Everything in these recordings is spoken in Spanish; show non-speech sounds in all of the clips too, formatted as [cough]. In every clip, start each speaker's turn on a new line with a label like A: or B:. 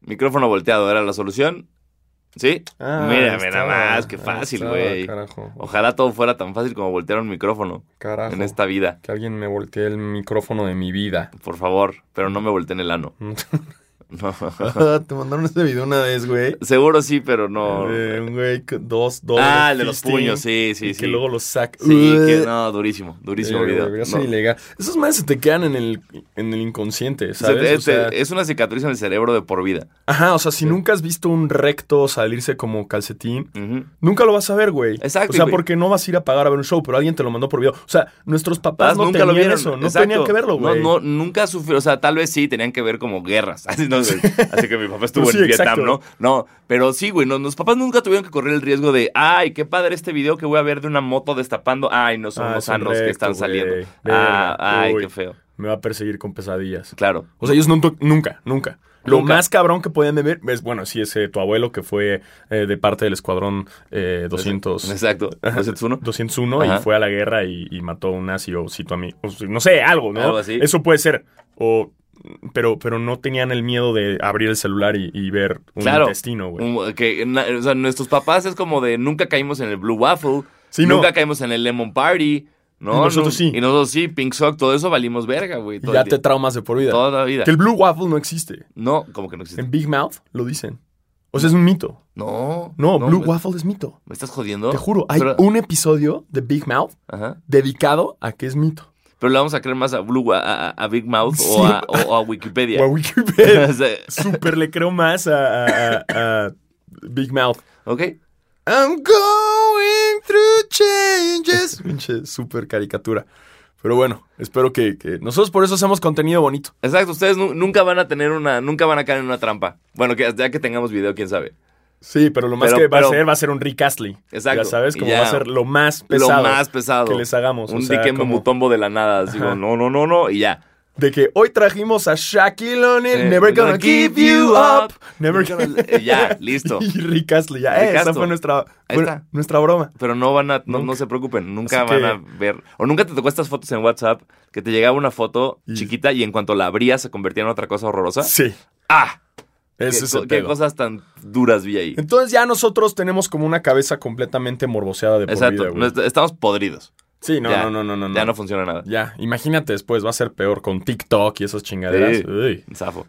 A: Micrófono volteado era la solución. ¿Sí?
B: Ah,
A: mira, mira
B: estaba,
A: más, qué
B: ahí
A: fácil,
B: estaba,
A: güey.
B: Carajo.
A: Ojalá todo fuera tan fácil como voltear un micrófono
B: Carajo.
A: en esta vida.
B: Que alguien me voltee el micrófono de mi vida.
A: Por favor, pero no me volteen el ano. No. [laughs]
B: [laughs] Te mandaron ese video una vez, güey.
A: Seguro sí, pero no.
B: De un güey, con dos, dos.
A: Ah, el de los
B: fisting,
A: puños, sí,
B: y
A: sí, sí.
B: Que luego los saca.
A: Sí, que no, durísimo, durísimo
B: Verga,
A: video.
B: güey, eso
A: No.
B: es ilegal. Esos más se te quedan en el, en el inconsciente,
A: Se-
B: ¿sabes? O
A: este,
B: sea,
A: es una cicatriz en el cerebro de por vida.
B: Ajá, o sea, si nunca has visto un recto salirse como calcetín,
A: Ujú.
B: nunca lo vas a ver, güey.
A: Exacto,
B: O sea,
A: güey.
B: porque no vas a ir a pagar a ver un show, pero alguien te lo mandó por video. O sea, nuestros papás
A: Paz,
B: no
A: nunca
B: tenían
A: lo vieron.
B: eso, no
A: exacto.
B: tenían que verlo, güey.
A: No, no, nunca sufrió, o sea, tal vez sí tenían que ver como guerras. [laughs] Así, no
B: [laughs]
A: sé. Así que mi papá estuvo
B: Pues Sí,
A: en Vietnam,
B: exacto.
A: ¿no? No, pero sí, güey, no, los papás nunca tuvieron que correr el riesgo de, ay, qué padre este video que voy a ver de una moto destapando. Ay, no son
B: Ah,
A: los
B: es un
A: sanos que están
B: recto,
A: saliendo.
B: güey.
A: Ah,
B: Verga.
A: ay,
B: Uy.
A: qué feo.
B: Me va a perseguir con pesadillas.
A: Claro.
B: O sea, ellos nunca, nunca, nunca. Lo
A: Nunca.
B: más cabrón que podían ver es, bueno, sí, ese tu abuelo que fue eh, de parte del escuadrón eh, 200. [laughs]
A: Exacto. Pues, ¿Es el Tsuno?
B: 201
A: Ajá.
B: y fue a la guerra y, y mató a un nazi o citó a mí. o si- no sé, algo, ¿no?
A: Algo así.
B: Eso puede ser. O, pero, pero no tenían el miedo de abrir el celular y, y ver un
A: Claro.
B: intestino, güey.
A: Un- que na- o sea, nuestros papás es como de nunca caímos en el Blue Waffle,
B: Sí, no.
A: nunca caímos en el Lemon Party, ¿no?
B: Y nosotros
A: No-
B: sí.
A: Y nosotros sí, Pink Sock, todo eso valimos verga, güey.
B: Y
A: todo
B: ya
A: el
B: te
A: día.
B: traumas de por vida.
A: Toda la vida.
B: Que el Blue Waffle no existe.
A: No, como que no existe.
B: En Big Mouth lo dicen. O sea, es un mito.
A: No.
B: No, Blue
A: me-
B: Waffle es mito.
A: ¿Me estás jodiendo?
B: Te juro, hay
A: Pero,
B: un episodio de Big Mouth
A: ajá.
B: dedicado a que es mito.
A: Pero le vamos a creer más a Blue Wa- a, a- a Big Mouth
B: Sí.
A: o, a, o a Wikipedia. [laughs]
B: O a [laughs] Wikipedia.
A: O sea,
B: Súper le creo más a, a- a- a Big Mouth.
A: ok.
B: I'm going through changes. [laughs] Pinche súper caricatura. Pero bueno, espero que, que- Nosotros por eso hacemos contenido bonito.
A: Exacto, ustedes nu- nunca van a tener una, nunca van a caer en una trampa. Bueno, que ya que tengamos video, quién sabe.
B: Sí, pero lo más
A: Pero-
B: que va
A: pero-
B: a ser va a ser un Rick Astley.
A: Exacto.
B: Ya sabes, como
A: Ya.
B: va a ser lo más pesado.
A: Lo más pesado.
B: Que les hagamos. o
A: Un
B: sea,
A: dique
B: como
A: mutombo de la nada. Así
B: Ajá.
A: como, no, no, no, no, y ya.
B: De que hoy trajimos a Shaquille O'Neal.
A: Eh,
B: never gonna give you up. Never gonna... [laughs]
A: Eh, Ya, listo.
B: Y Rick Astley, ya. eh,
A: Rick
B: esa
A: Astley.
B: fue nuestra,
A: Ahí
B: fue
A: está.
B: nuestra broma.
A: Pero no van a, no, no se preocupen, nunca
B: Así que-
A: van a ver. O nunca te tocó estas fotos en WhatsApp que te llegaba una foto
B: Y-
A: chiquita y en cuanto la abrías se convertía en otra cosa horrorosa.
B: Sí.
A: ¡Ah!
B: Ese
A: ¿Qué,
B: es
A: co-
B: el
A: qué
B: pedo.
A: cosas tan duras vi ahí?
B: Entonces ya nosotros tenemos como una cabeza completamente morboseada de por
A: Exacto,
B: vida, güey.
A: no est- estamos podridos.
B: Sí, no,
A: Ya,
B: no, no, no, no,
A: Ya
B: no.
A: no funciona nada.
B: Ya, imagínate después, va a ser peor con TikTok y esas chingaderas.
A: Sí.
B: Uy.
A: Zafo.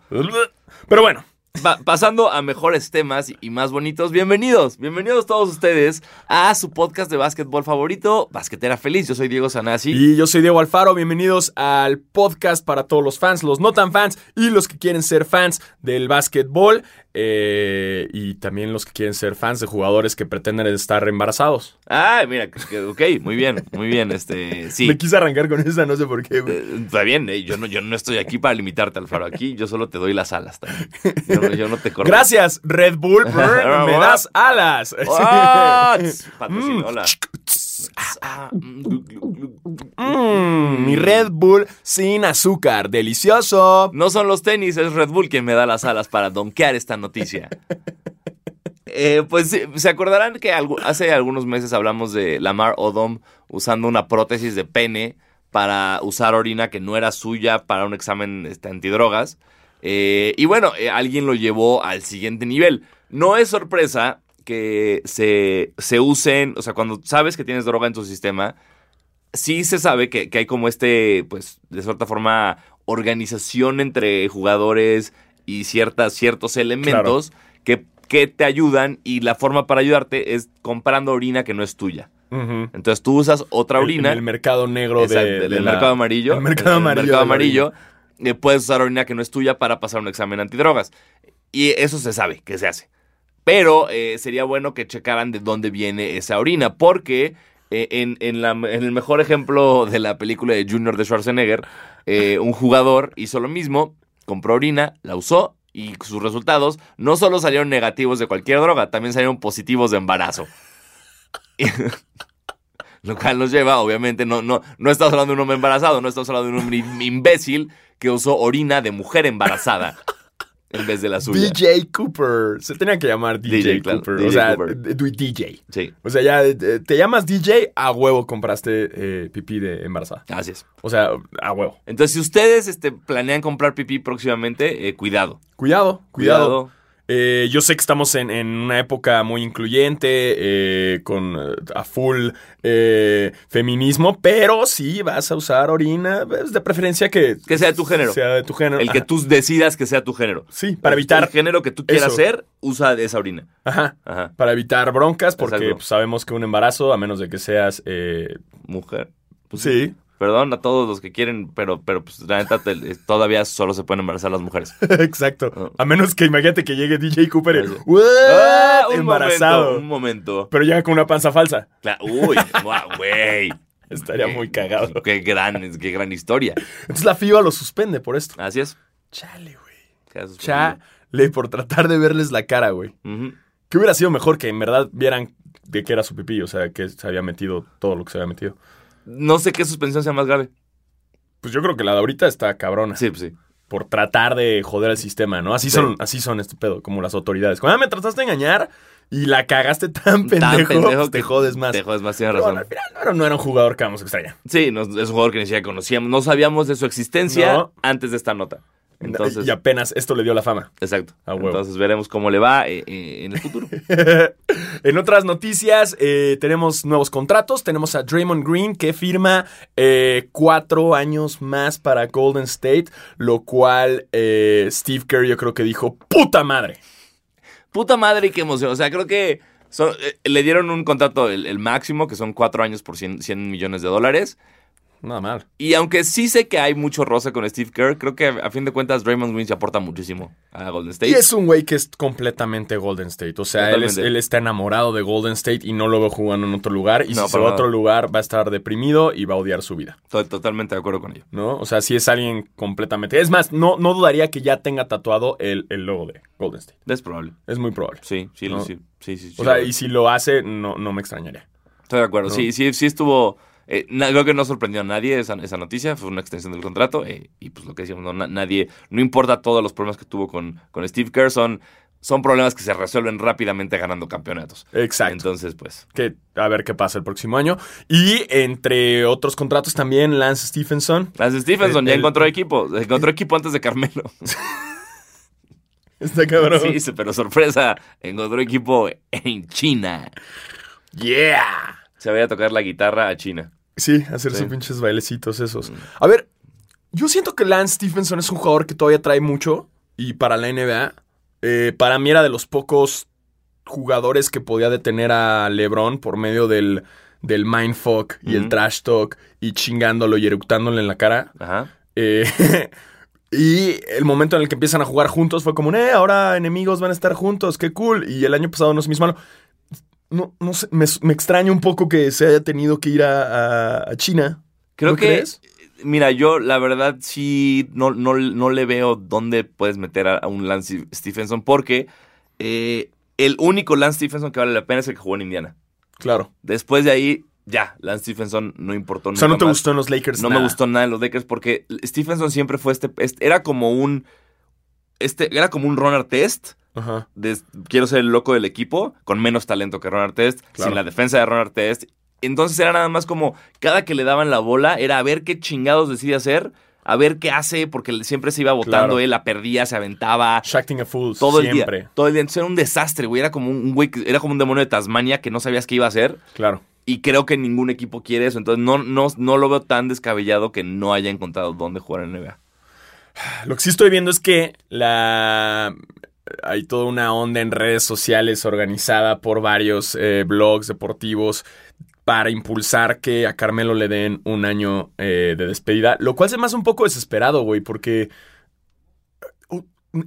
B: Pero bueno,
A: Pa- pasando a mejores temas y más bonitos, bienvenidos, bienvenidos todos ustedes a su podcast de básquetbol favorito, Basquetera Feliz. Yo soy Diego Sanasi.
B: y yo soy Diego Alfaro, bienvenidos al podcast para todos los fans, los no tan fans y los que quieren ser fans del básquetbol eh, y también los que quieren ser fans de jugadores que pretenden estar embarazados.
A: Ay, mira, que- que- ok, muy bien, muy bien, este, sí.
B: Me quise arrancar con esa, no sé por qué, güey.
A: Eh, Está bien, eh, yo, no, yo no estoy aquí para limitarte, Alfaro. Aquí yo solo te doy las alas también. Yo, no- yo no te corro. [laughs]
B: Gracias, Red Bull, brr, me das alas. [laughs]
A: ¡Ah! Tss, patrocinio, hola. Ah, mm, glu, glu, glu.
B: Mmm, mi Red Bull sin azúcar, delicioso.
A: No son los tenis, es Red Bull quien me da las alas para donkear esta noticia. Eh, pues sí, se acordarán que algu- hace algunos meses hablamos de Lamar Odom usando una prótesis de pene para usar orina que no era suya para un examen este, antidrogas. Eh, y bueno, eh, alguien lo llevó al siguiente nivel. No es sorpresa que se, se usen, o sea, cuando sabes que tienes droga en tu sistema, sí se sabe que, que hay como este, pues, de cierta forma, organización entre jugadores y ciertas, ciertos elementos que, que te ayudan y la forma para ayudarte es comprando orina que no es tuya. Entonces tú usas otra orina.
B: En el mercado negro de-
A: Exacto,
B: de,
A: del del
B: la-
A: mercado amarillo.
B: El mercado
A: del
B: amarillo.
A: mercado
B: de la orina.
A: amarillo. eh, puedes usar orina que no es tuya para pasar un examen antidrogas. Y eso se sabe que se hace. Pero eh, sería bueno que checaran de dónde viene esa orina, porque eh, en, en la- en el mejor ejemplo de la película de Junior de Schwarzenegger, eh, un jugador hizo lo mismo, compró orina, la usó y sus resultados no solo salieron negativos de cualquier droga, también salieron positivos de embarazo. [laughs] Lo cual nos lleva, obviamente, no, no, no estamos hablando de un hombre embarazado, no estamos hablando de un hombre imbécil que usó orina de mujer embarazada en vez de la suya.
B: DJ Cooper. Se tenía que llamar DJ,
A: DJ, claro,
B: Cooper.
A: DJ
B: o sea,
A: Cooper.
B: d- d- DJ.
A: Sí,
B: O sea, ya eh, te llamas DJ, a huevo compraste eh, pipí de embarazada.
A: así es.
B: O sea, a huevo.
A: Entonces, si ustedes este, planean comprar pipí próximamente, eh, cuidado.
B: Cuidado, cuidado. Eh, yo sé que estamos en, en una época muy incluyente, eh, con eh, a full eh, feminismo, pero si vas a usar orina, pues, de preferencia que
A: Que sea de tu género.
B: sea de tu género.
A: El que
B: Ajá.
A: tú decidas que sea tu género.
B: Sí, para
A: El
B: evitar,
A: género que tú quieras
B: eso.
A: ser, usa de esa orina.
B: ajá,
A: Ajá.
B: para evitar broncas, porque
A: Exacto.
B: pues, sabemos que un embarazo, a menos de que seas, eh,
A: Mujer. Pues
B: sí,
A: Perdón a todos los que quieren, pero, pero pues, la neta, te- todavía solo se pueden embarazar las
B: [laughs]
A: mujeres.
B: [laughs] Exacto.
A: Ah.
B: A menos que imagínate que llegue DJ Cooper y-
A: Eso.
B: ¡What!
A: Ah, un
B: embarazado.
A: Momento, un momento.
B: Pero llega con una panza falsa.
A: Cla- uy, guau, güey.
B: Estaría muy
A: [laughs]
B: cagado.
A: Qué gran, qué gran historia.
B: Entonces la FIBA lo suspende por esto.
A: Así es.
B: Chale, güey.
A: Queda suspendido.
B: Chale, por tratar de verles la cara, güey.
A: Ujú.
B: Que hubiera sido mejor que en verdad vieran de qué era su pipí, o sea, que se había metido todo lo que se había metido.
A: No sé qué suspensión sea más grave.
B: Pues yo creo que la de ahorita está cabrona.
A: Sí, pues sí.
B: Por tratar de joder el sistema, ¿no? Así
A: Sí.
B: son, así son este pedo, como las autoridades. Cuando "Ah, me trataste de engañar y la cagaste tan [laughs] pendejo,
A: Tan pendejo
B: pues, te
A: que
B: jodes más.
A: Te jodes más, tienes
B: Pero bueno,
A: razón.
B: al final no era, no era un jugador que vamos a extrañar.
A: Sí, no- es un jugador que ni siquiera conocíamos. No sabíamos de su existencia
B: No.
A: antes de esta nota. Entonces,
B: y apenas esto le dio la fama.
A: exacto.
B: A huevo.
A: Entonces veremos cómo le va eh, eh, en el
B: [laughs]
A: futuro.
B: en otras noticias, eh, tenemos nuevos contratos. Tenemos a Draymond Green que firma eh, cuatro años más para Golden State, lo cual eh, Steve Kerr yo creo que dijo, puta madre.
A: Puta madre y qué emoción. O sea, creo que son- eh, le dieron un contrato, el, el máximo, que son cuatro años por 100, 100 millones de dólares.
B: Nada mal.
A: Y aunque sí sé que hay mucho roce con Steve Kerr, creo que a fin de cuentas Draymond Green se aporta muchísimo a Golden State.
B: Y es un güey que es completamente Golden State. O sea, él, es-
A: Totalmente.
B: él está enamorado de Golden State y no lo veo jugando en otro lugar.
A: No,
B: Y si se
A: para
B: va a
A: nada.
B: otro lugar, va a estar deprimido y va a odiar su vida.
A: Estoy totalmente de acuerdo con ello.
B: ¿no? O sea, si es alguien completamente. Es más, no, no dudaría que ya tenga tatuado el, el logo de Golden State.
A: Es probable.
B: Es muy probable.
A: Sí, sí,
B: No.
A: sí, sí, sí, sí,
B: O sea,
A: lo-
B: y si lo hace, no, no me extrañaría.
A: Estoy de acuerdo.
B: No.
A: Sí, sí, sí estuvo. eh, na- creo que no sorprendió a nadie esa, esa noticia. Fue una extensión del contrato. eh, y pues lo que decíamos, no, na- nadie. No importa todos los problemas que tuvo con, con Steve Kerr, son, son problemas que se resuelven rápidamente ganando campeonatos.
B: Exacto.
A: Entonces, pues.
B: que a ver qué pasa el próximo año. Y entre otros contratos también, Lance Stephenson. [laughs]
A: Lance Stevenson
B: El-
A: ya
B: el-
A: encontró equipo. Encontró equipo antes de
B: [laughs]
A: Carmelo.
B: Está cabrón.
A: Sí, sí, pero sorpresa. Encontró equipo en China.
B: Yeah.
A: Se vaya a tocar la guitarra a China.
B: Sí, hacer
A: Sí.
B: sus pinches bailecitos esos. A ver, yo siento que Lance Stephenson es un jugador que todavía trae mucho. Y para la NBA, eh, para mí era de los pocos jugadores que podía detener a LeBron por medio del, del mindfuck y el
A: Ujú.
B: trash talk y chingándolo y eructándole en la cara.
A: Ajá.
B: Eh, [laughs] y el momento en el que empiezan a jugar juntos fue como, eh, ahora enemigos van a estar juntos, qué cool. Y el año pasado no se me hizo malo. No, no sé, me, me extraña un poco que se haya tenido que ir a, a- a China.
A: Creo
B: ¿No
A: que.
B: crees?
A: Mira, yo la verdad sí no, no, no le veo dónde puedes meter a, a un Lance Stephenson porque eh, el único Lance Stephenson que vale la pena es el que jugó en Indiana.
B: Claro.
A: Después de ahí, ya, Lance Stephenson no importó
B: O sea, no
A: nunca
B: te
A: más.
B: gustó en los Lakers.
A: No
B: nada.
A: me gustó nada en los Lakers porque Stephenson siempre fue este, este- era como un este era como un Ron Artest
B: Ajá.
A: de quiero ser el loco del equipo con menos talento que Ron Artest,
B: Claro.
A: sin la defensa de Ron Artest. Entonces era nada más como cada que le daban la bola era a ver qué chingados decide hacer, a ver qué hace porque siempre se iba votando
B: Claro.
A: él, la perdía, se aventaba
B: Shacting a Fools.
A: todo
B: siempre.
A: el día, todo el día. Entonces era un desastre, güey, era como un güey, que- era como un demonio de Tasmania que no sabías qué iba a hacer.
B: Claro.
A: Y creo que ningún equipo quiere eso. Entonces no, no, no lo veo tan descabellado que no haya encontrado dónde jugar en NBA.
B: Lo que sí estoy viendo es que la. Hay toda una onda en redes sociales organizada por varios eh, blogs deportivos para impulsar que a Carmelo le den un año eh, de despedida, lo cual se me hace un poco desesperado, güey, porque uh,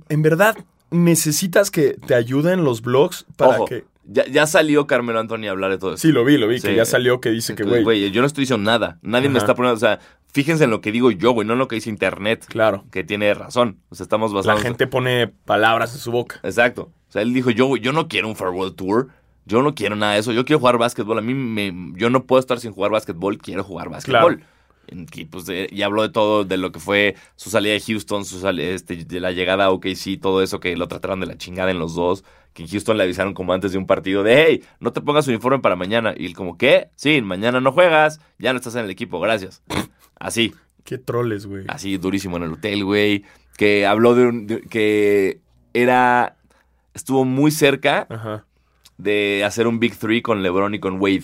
B: en verdad necesitas que te ayuden los blogs para
A: Ojo,
B: que...
A: ya, ya salió Carmelo Anthony a hablar de todo eso.
B: Sí, lo vi, lo vi, que
A: Sí.
B: ya salió que dice que,
A: Entonces,
B: güey,
A: güey, yo no estoy diciendo nada. Nadie me
B: Ajá.
A: está poniendo. O sea, fíjense en lo que digo yo, güey, no en lo que dice Internet,
B: claro,
A: que tiene razón. O sea, estamos
B: la
A: basados.
B: gente pone palabras en su boca.
A: Exacto. O sea, él dijo, yo, güey, yo no quiero un farewell tour. Yo no quiero nada de eso. Yo quiero jugar básquetbol. A mí, me, yo no puedo estar sin jugar básquetbol. Quiero jugar básquetbol. En que, pues, eh, y habló de todo, de lo que fue su salida de Houston, su sali- este, de la llegada a OKC, todo eso que lo trataron de la chingada en los dos. Que en Houston le avisaron como antes de un partido de, hey, no te pongas uniforme para mañana. Y él como, ¿qué? Sí, mañana no juegas, ya no estás en el equipo, gracias. Así
B: Qué troles, güey.
A: Ah. así durísimo en el hotel, güey. Que habló de, un, de- que era estuvo muy cerca
B: Ajá.
A: de hacer un Big Three con LeBron y con Wade.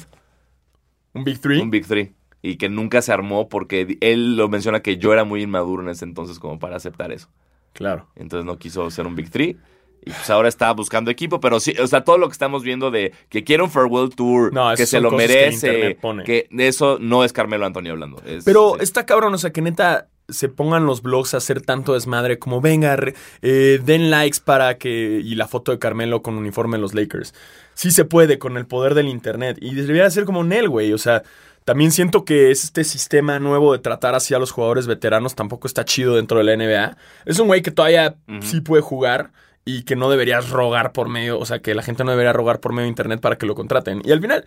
B: ¿Un Big Three?
A: Un Big Three. Y que nunca se armó porque él lo menciona que yo era muy inmaduro en ese entonces como para aceptar eso.
B: Claro.
A: Entonces no quiso ser un Big Three. Y pues ahora está buscando equipo, pero sí, o sea, todo lo que estamos viendo de que quiere un farewell tour,
B: No, esas
A: que se
B: son
A: lo
B: cosas que
A: merece,
B: Internet pone.
A: que eso no es Carmelo Antonio hablando. Es-
B: Pero
A: sí.
B: está cabrón, o sea, que neta se pongan los blogs a hacer tanto desmadre como venga, re- eh, den likes para que... y la foto de Carmelo con uniforme en los Lakers. Sí se puede con el poder del internet y debería ser como Nel, güey, o sea... También siento que es este sistema nuevo de tratar así a los jugadores veteranos tampoco está chido dentro de la NBA. Es un güey que todavía
A: Ujú.
B: sí puede jugar y que no deberías rogar por medio, o sea, que la gente no debería rogar por medio de internet para que lo contraten. Y al final,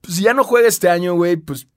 B: pues, si ya no juega este año, güey, pues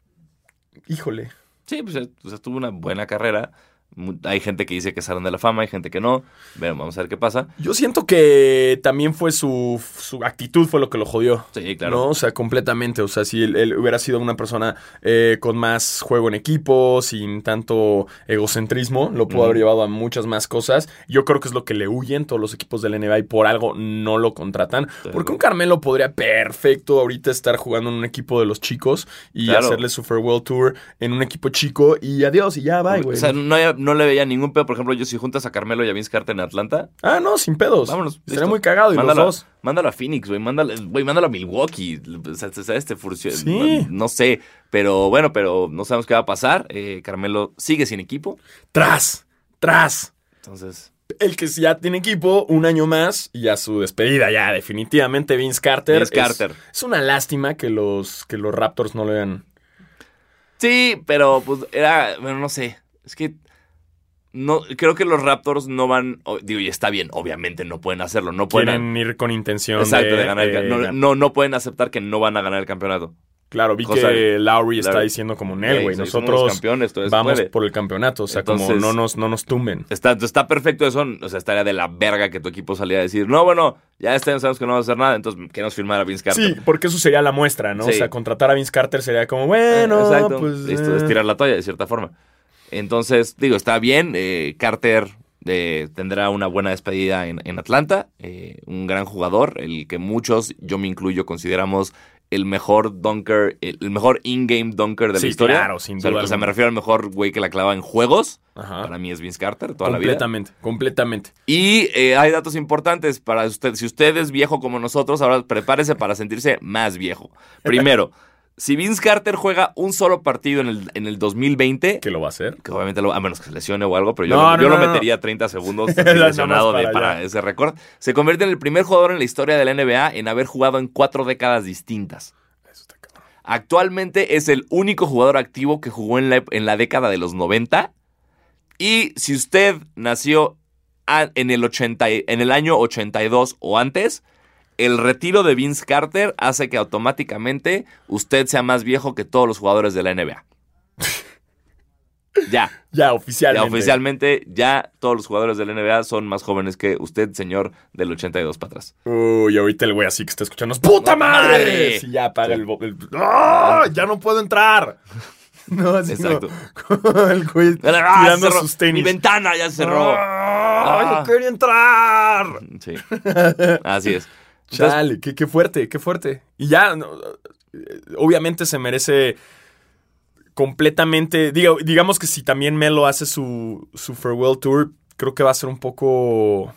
B: híjole.
A: Sí, pues, eh, pues, tuvo una buena carrera. Mu- Hay gente que dice que salen de la fama, hay gente que no. Pero vamos a ver qué pasa.
B: Yo siento que también fue su, su actitud fue lo que lo jodió.
A: Sí, claro.
B: ¿No? O sea, completamente. O sea, si él, él hubiera sido una persona eh, con más juego en equipo, sin tanto egocentrismo, lo pudo
A: Ujú.
B: haber llevado a muchas más cosas. Yo creo que es lo que le huyen todos los equipos del NBA y por algo no lo contratan.
A: de
B: Porque un
A: acuerdo.
B: Carmelo podría perfecto ahorita estar jugando en un equipo de los chicos y
A: Claro.
B: hacerle su farewell tour en un equipo chico y adiós y ya, bye, güey.
A: o sea, no, hay- no le veía ningún pedo. Por ejemplo, yo si juntas a Carmelo y a Vince Carter en Atlanta,
B: ah, no, sin pedos.
A: vámonos.
B: Estaría
A: listo.
B: muy cagado y
A: mándalo,
B: Ah, los dos.
A: mándalo a Phoenix, güey. Mándalo, güey, mándalo a Milwaukee. O sea, te- ¿sabes? Te furcio-
B: Sí.
A: No sé. Pero bueno, pero no sabemos qué va a pasar. Eh, Carmelo sigue sin equipo.
B: Tras, tras.
A: Entonces,
B: El que ya tiene equipo, un año más y a su despedida ya, definitivamente Vince Carter.
A: Vince
B: Es-
A: Carter.
B: Es, una lástima que los, que los Raptors no lo vean.
A: sí, pero pues era, bueno, no sé. Es que no, creo que los Raptors no van, o- digo, y está bien, obviamente no pueden hacerlo, no pueden.
B: Quieren ir con intención
A: Exacto, de ganar el
B: de
A: ca- no,
B: ganar.
A: no, no pueden aceptar que no van a ganar el campeonato.
B: Claro, vi
A: cosa-
B: que Lowry está
A: Lowry.
B: diciendo como Nel, güey.
A: Ey, somos los
B: Nosotros
A: campeones, todo eso
B: vamos
A: puede.
B: por el campeonato. O sea, como
A: Entonces-
B: no nos, no nos tumben.
A: Está, está perfecto eso. O sea, estaría de la verga que tu equipo saliera a decir, no, bueno, ya este año sabemos que no vamos a hacer nada, entonces queremos firmar a Vince Carter.
B: Sí, porque eso sería la muestra, ¿no? O
A: Sí.
B: sea, contratar a Vince Carter sería como,
A: Eh,
B: bueno,
A: Exacto.
B: pues...
A: Listo,
B: eh.
A: es tirar la toalla de cierta forma. Entonces, digo, está bien. eh, Carter eh, tendrá una buena despedida en, en Atlanta. eh, un gran jugador, el que muchos, yo me incluyo, consideramos el mejor dunker, el, el mejor in-game dunker de
B: Sí,
A: la historia.
B: claro, sin
A: O sea,
B: duda
A: O sea, me
B: alguna.
A: refiero al mejor güey que la clava en juegos.
B: Ajá.
A: Para mí es Vince Carter toda la vida.
B: Completamente, completamente.
A: Y eh, hay datos importantes para usted. Si usted es viejo como nosotros, ahora prepárese para sentirse más
B: [laughs]
A: viejo. Primero, si Vince Carter juega un solo partido en el, en el 2020,
B: ¿Qué lo va a hacer?
A: que obviamente lo, a menos que se lesione o algo, pero yo,
B: No,
A: lo, yo
B: no,
A: lo
B: no, no.
A: metería 30
B: [laughs]
A: segundos
B: Nada más
A: lesionado de-
B: para
A: para,
B: allá.
A: ese récord, se convierte en el primer jugador en la historia de la NBA en haber jugado en cuatro décadas distintas.
B: Eso está cabrón.
A: Actualmente es el único jugador activo que jugó en la, ep- en la década de los 90. Y si usted nació a- en el, 80, y- en el año 82 o antes, el retiro de Vince Carter hace que automáticamente usted sea más viejo que todos los jugadores de la
B: [laughs]
A: NBA. ya,
B: Ya,
A: ya
B: oficialmente.
A: oficialmente, ya todos los jugadores de la NBA son más jóvenes que usted, señor del 82 para atrás.
B: Uy, ahorita el güey así que está escuchando es ¡Puta madre!
A: madre!
B: Sí, ya apaga el... bo- el- ¡Ah! ¡Ya no puedo entrar! [laughs] No, así
A: Exacto.
B: como- [laughs] el güey
A: Ah,
B: tirando
A: cerró-
B: sus tenis.
A: Mi ventana ya se cerró.
B: ¡Ah!
A: Ah.
B: ¡Yo quería entrar! [laughs]
A: Sí. Así es. Entonces,
B: Chale, qué, qué fuerte, qué fuerte. Y ya, no, eh, obviamente se merece completamente. diga- digamos que si también Melo hace su, su farewell tour, creo que va a ser un poco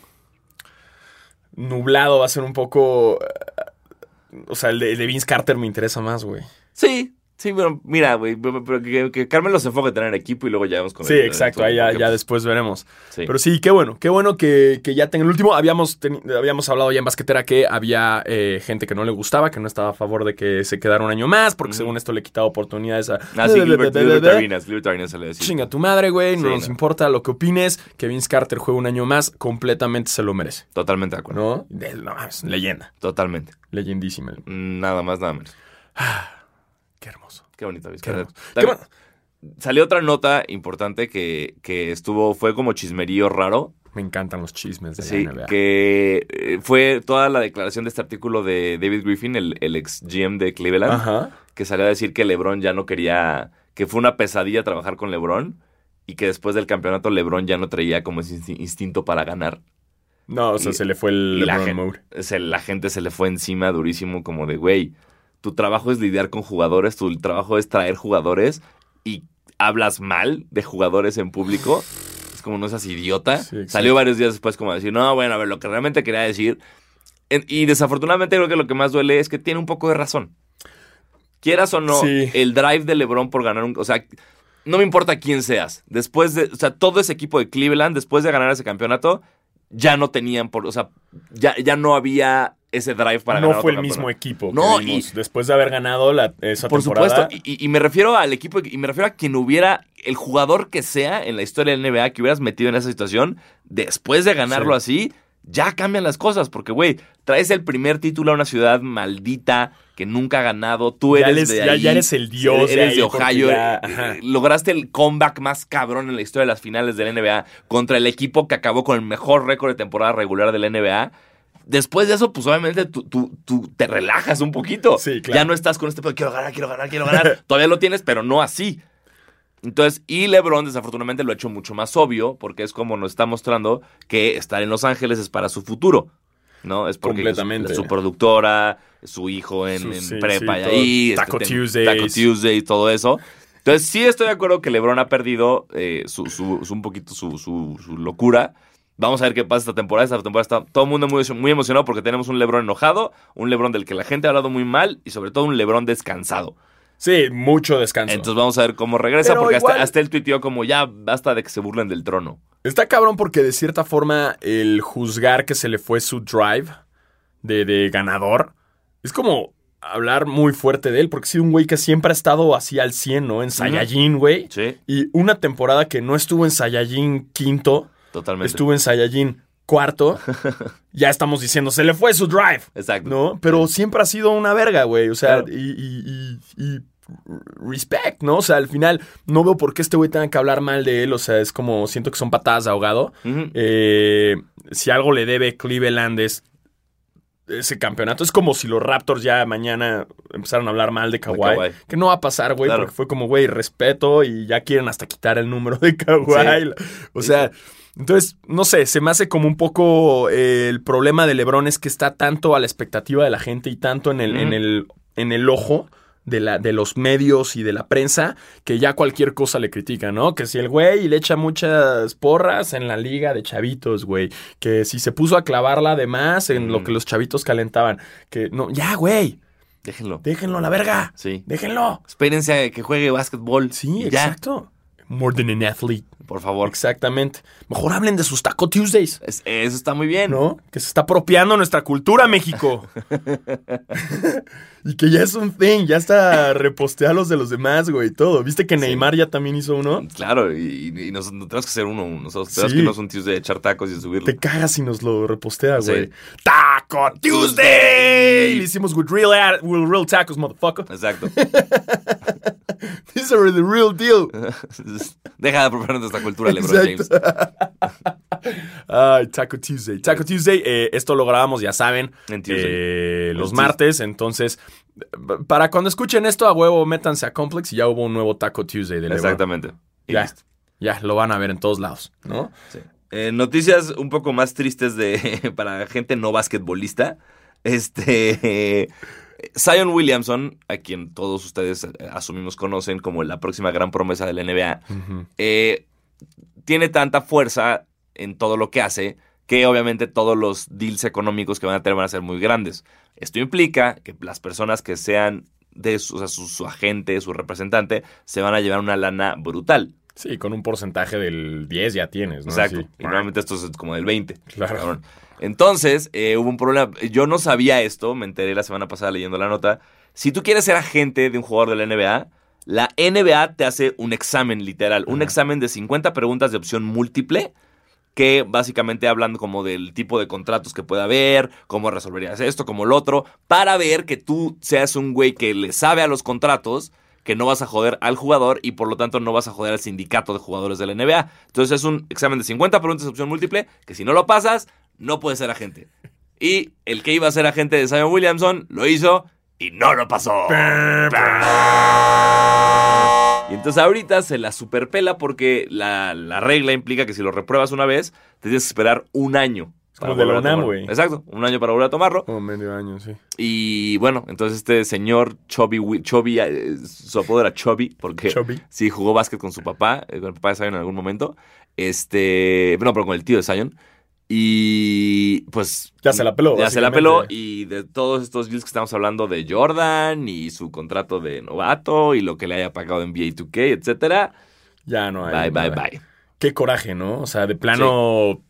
B: nublado, va a ser un poco. eh, O sea, el de, el de Vince Carter me interesa más, güey.
A: sí, sí, bueno, mira, güey, pero- pero que, que Carmelo se enfoque en tener equipo y luego ya vemos con
B: Sí,
A: el-
B: exacto, ahí ya,
A: porque,
B: ya
A: pues,
B: después veremos.
A: sí.
B: Pero sí, qué bueno, qué bueno que, que ya tenga el último. Habíamos, teni- habíamos hablado ya en basquetera que había eh, gente que no le gustaba, que no estaba a favor de que se quedara un año más, porque
A: Ujú.
B: según esto le quitaba oportunidades a.
A: Ah, sí, Gilbert,
B: [laughs]
A: Gilbert Arenas, Gilbert Arenas se le decía.
B: Chinga tu madre, güey, no
A: Sí,
B: nos
A: no.
B: importa lo que opines, que Vince Carter juegue un año más, completamente se lo merece,
A: Totalmente de acuerdo.
B: ¿no? De- no mames, leyenda,
A: Totalmente.
B: leyendísima. [sighs]
A: Nada más, nada menos.
B: Qué hermoso.
A: Qué bonito, Luis
B: Qué
A: Carter.
B: hermoso. Qué
A: También Salió otra nota importante que, que estuvo, fue como chismerío raro.
B: ma- Me encantan los chismes de
A: Sí,
B: la NBA.
A: que eh, fue toda la declaración de este artículo de David Griffin, el, el ex GM de Cleveland.
B: Ajá.
A: que salió a decir que LeBron ya no quería, que fue una pesadilla trabajar con LeBron y que después del campeonato LeBron ya no traía como ese insti- instinto para ganar.
B: No, o sea,
A: Y-
B: se le fue el
A: y la,
B: LeBron
A: gen-
B: mode.
A: se- la gente se le fue encima durísimo, como de, güey, tu trabajo es lidiar con jugadores, tu trabajo es traer jugadores y hablas mal de jugadores en público. Es como, no seas idiota.
B: Sí, exacto.
A: Salió varios días después como a decir, no, bueno, a ver, lo que realmente quería decir. En- y desafortunadamente creo que lo que más duele es que tiene un poco de razón. Quieras o no,
B: Sí.
A: el drive de LeBron por ganar un... O sea, no me importa quién seas. Después de... O sea, todo ese equipo de Cleveland, después de ganar ese campeonato, ya no tenían por... O sea, ya, ya no había ese drive para
B: no
A: ganar
B: fue el
A: otro
B: mismo
A: campeonato.
B: equipo.
A: No,
B: que
A: y-
B: vimos después de haber ganado la, esa
A: Por
B: temporada.
A: supuesto. Y, y- y me refiero al equipo... Y me refiero a quien hubiera... El jugador que sea en la historia del NBA que hubieras metido en esa situación, después de ganarlo así... Ya cambian las cosas, porque, güey, traes el primer título a una ciudad maldita que nunca ha ganado. Tú
B: ya,
A: eres
B: eres,
A: de
B: ya-
A: ahí.
B: ya eres el dios.
A: eres
B: ahí
A: de
B: porque
A: Ohio.
B: ya-
A: eh,
B: ajá.
A: Lograste el comeback más cabrón en la historia de las finales del NBA contra el equipo que acabó con el mejor récord de temporada regular del NBA. Después de eso, pues obviamente tú, tú- tú te relajas un poquito.
B: Sí, claro.
A: Ya no estás con este pedo, quiero ganar, quiero ganar, quiero ganar.
B: [laughs]
A: Todavía lo tienes, pero no así. Entonces, y LeBron desafortunadamente lo ha hecho mucho más obvio porque es como nos está mostrando que estar en Los Ángeles es para su futuro. ¿No? Es porque
B: Completamente.
A: su, su productora, su hijo en,
B: Su-
A: en
B: sí,
A: prepa
B: sí,
A: y
B: todo.
A: ahí. este
B: Taco
A: tema-
B: Tuesdays.
A: Taco Tuesday y todo eso. Entonces, sí estoy de acuerdo que LeBron ha perdido eh, su, su- su- un poquito su, su- su locura. Vamos a ver qué pasa esta temporada. Esta temporada está todo el mundo muy, muy emocionado porque tenemos un LeBron enojado, un LeBron del que la gente ha hablado muy mal y sobre todo un LeBron descansado.
B: Sí, mucho descanso.
A: Entonces vamos a ver cómo regresa
B: Pero
A: porque
B: igual-
A: hasta, hasta él tuiteó como ya basta de que se burlen del trono.
B: Está cabrón porque de cierta forma el juzgar que se le fue su drive de, de ganador es como hablar muy fuerte de él porque ha sido un güey que siempre ha estado así al 100, ¿no? En Saiyajin, güey.
A: Sí,
B: Y una temporada que no estuvo en Saiyajin quinto,
A: totalmente.
B: estuvo en Saiyajin
A: [laughs]
B: cuarto, ya estamos diciendo, se le fue su drive.
A: Exacto.
B: ¿no? Pero siempre ha sido una verga, güey. O sea,
A: Claro.
B: y, y- y- y respect, ¿no? O sea, al final no veo por qué este güey tenga que hablar mal de él. O sea, es como siento que son patadas de ahogado.
A: Ujú.
B: Eh, si algo le debe Cleveland es ese campeonato. Es como si los Raptors ya mañana empezaron a hablar mal de Kawhi.
A: Kawhi.
B: Que no va a pasar, güey,
A: Claro.
B: porque fue como, güey, respeto y ya quieren hasta quitar el número de Kawhi. O
A: Sí,
B: sea, entonces, no sé, se me hace como un poco eh, el problema de LeBron es que está tanto a la expectativa de la gente y tanto en el,
A: Mm.
B: en el, en el ojo. De, la, de los medios y de la prensa, que ya cualquier cosa le critican, ¿no? Que si el güey le echa muchas porras en la liga de chavitos, güey. Que si se puso a clavarla además en lo
A: Mm.
B: que los chavitos calentaban. Que no, ya, güey,
A: Déjenlo.
B: déjenlo a la verga.
A: Sí.
B: Déjenlo.
A: Espérense a que juegue básquetbol.
B: Sí,
A: Y ya,
B: exacto. More than an athlete.
A: por favor.
B: Exactamente. Mejor hablen de sus Taco Tuesdays,
A: Es- eso está muy bien.
B: ¿no? Que se está apropiando nuestra cultura, [laughs] México. y que ya es un thing, ya está repostear los de los demás, güey, y todo. ¿Viste que
A: Sí.
B: Neymar ya también hizo uno?
A: Claro, y, y nosotros tenemos que ser uno. uno. Nosotros tenemos
B: Sí.
A: que irnos un Tuesday de echar tacos y subirlo.
B: Te cagas si nos lo repostea,
A: Sí.
B: güey. ¡Taco Tuesday! Le hicimos with real, ad- with real tacos, motherfucker. [laughs]
A: Exacto. [laughs]
B: These are the real deal.
A: Deja de apropiarnos de esta cultura, LeBron James.
B: Exacto. Ay, Ah, Taco Tuesday. Taco Tuesday, eh, esto lo grabamos, ya saben,
A: En Tuesday.
B: eh, los
A: En
B: martes. Entonces, b- para cuando escuchen esto, a huevo, métanse a Complex y ya hubo un nuevo Taco Tuesday de LeBron.
A: Exactamente. Y
B: Ya,
A: listo.
B: ya, lo van a ver en todos lados, ¿no?
A: Sí. Eh, noticias un poco más tristes de [laughs] para gente no basquetbolista. Este. eh, Zion Williamson, a quien todos ustedes eh, asumimos conocen como la próxima gran promesa de la NBA, eh, tiene tanta fuerza en todo lo que hace que obviamente todos los deals económicos que van a tener van a ser muy grandes. Esto implica que las personas que sean de su, o sea, su, su agente, su representante, se van a llevar una lana brutal.
B: Sí, con un porcentaje del 10 ya tienes, ¿no?
A: Exacto.
B: Sí.
A: Y normalmente esto es como del 20.
B: Claro.
A: cabrón. Entonces, eh, hubo un problema. Yo no sabía esto, me enteré la semana pasada leyendo la nota. Si tú quieres ser agente de un jugador de la NBA, la NBA te hace un examen literal, un
B: Ajá.
A: examen de 50 preguntas de opción múltiple que básicamente hablan como del tipo de contratos que puede haber, cómo resolverías esto, cómo lo otro, para ver que tú seas un güey que le sabe a los contratos, que no vas a joder al jugador y por lo tanto no vas a joder al sindicato de jugadores de la NBA. Entonces es un examen de 50 preguntas de opción múltiple que si no lo pasas, no puedes ser agente. Y el que iba a ser agente de Simon Williamson lo hizo y no lo pasó. Y entonces ahorita se la superpela porque la, la regla implica que si lo repruebas una vez, te tienes que esperar un año
B: Es como el de la
A: volver a
B: UNAM,
A: tomarlo.
B: güey.
A: Exacto, un año para volver a tomarlo.
B: [laughs] Como medio año, sí.
A: Y bueno, entonces este señor Chubby, Wi- Chubby eh, su apodo era Chubby, porque
B: Chubby.
A: sí jugó básquet con su papá, eh, con el papá de Zion en algún momento. Este, bueno, pero con el tío de Zion. Y pues.
B: Ya se la peló,
A: Ya se la peló.
B: básicamente.
A: Y de todos estos deals que estamos hablando de Jordan y su contrato de novato y lo que le haya pagado en NBA 2K, etcétera.
B: Ya no
A: Bye,
B: hay.
A: bye,
B: nada.
A: bye.
B: Qué coraje, ¿no? O sea, de plano.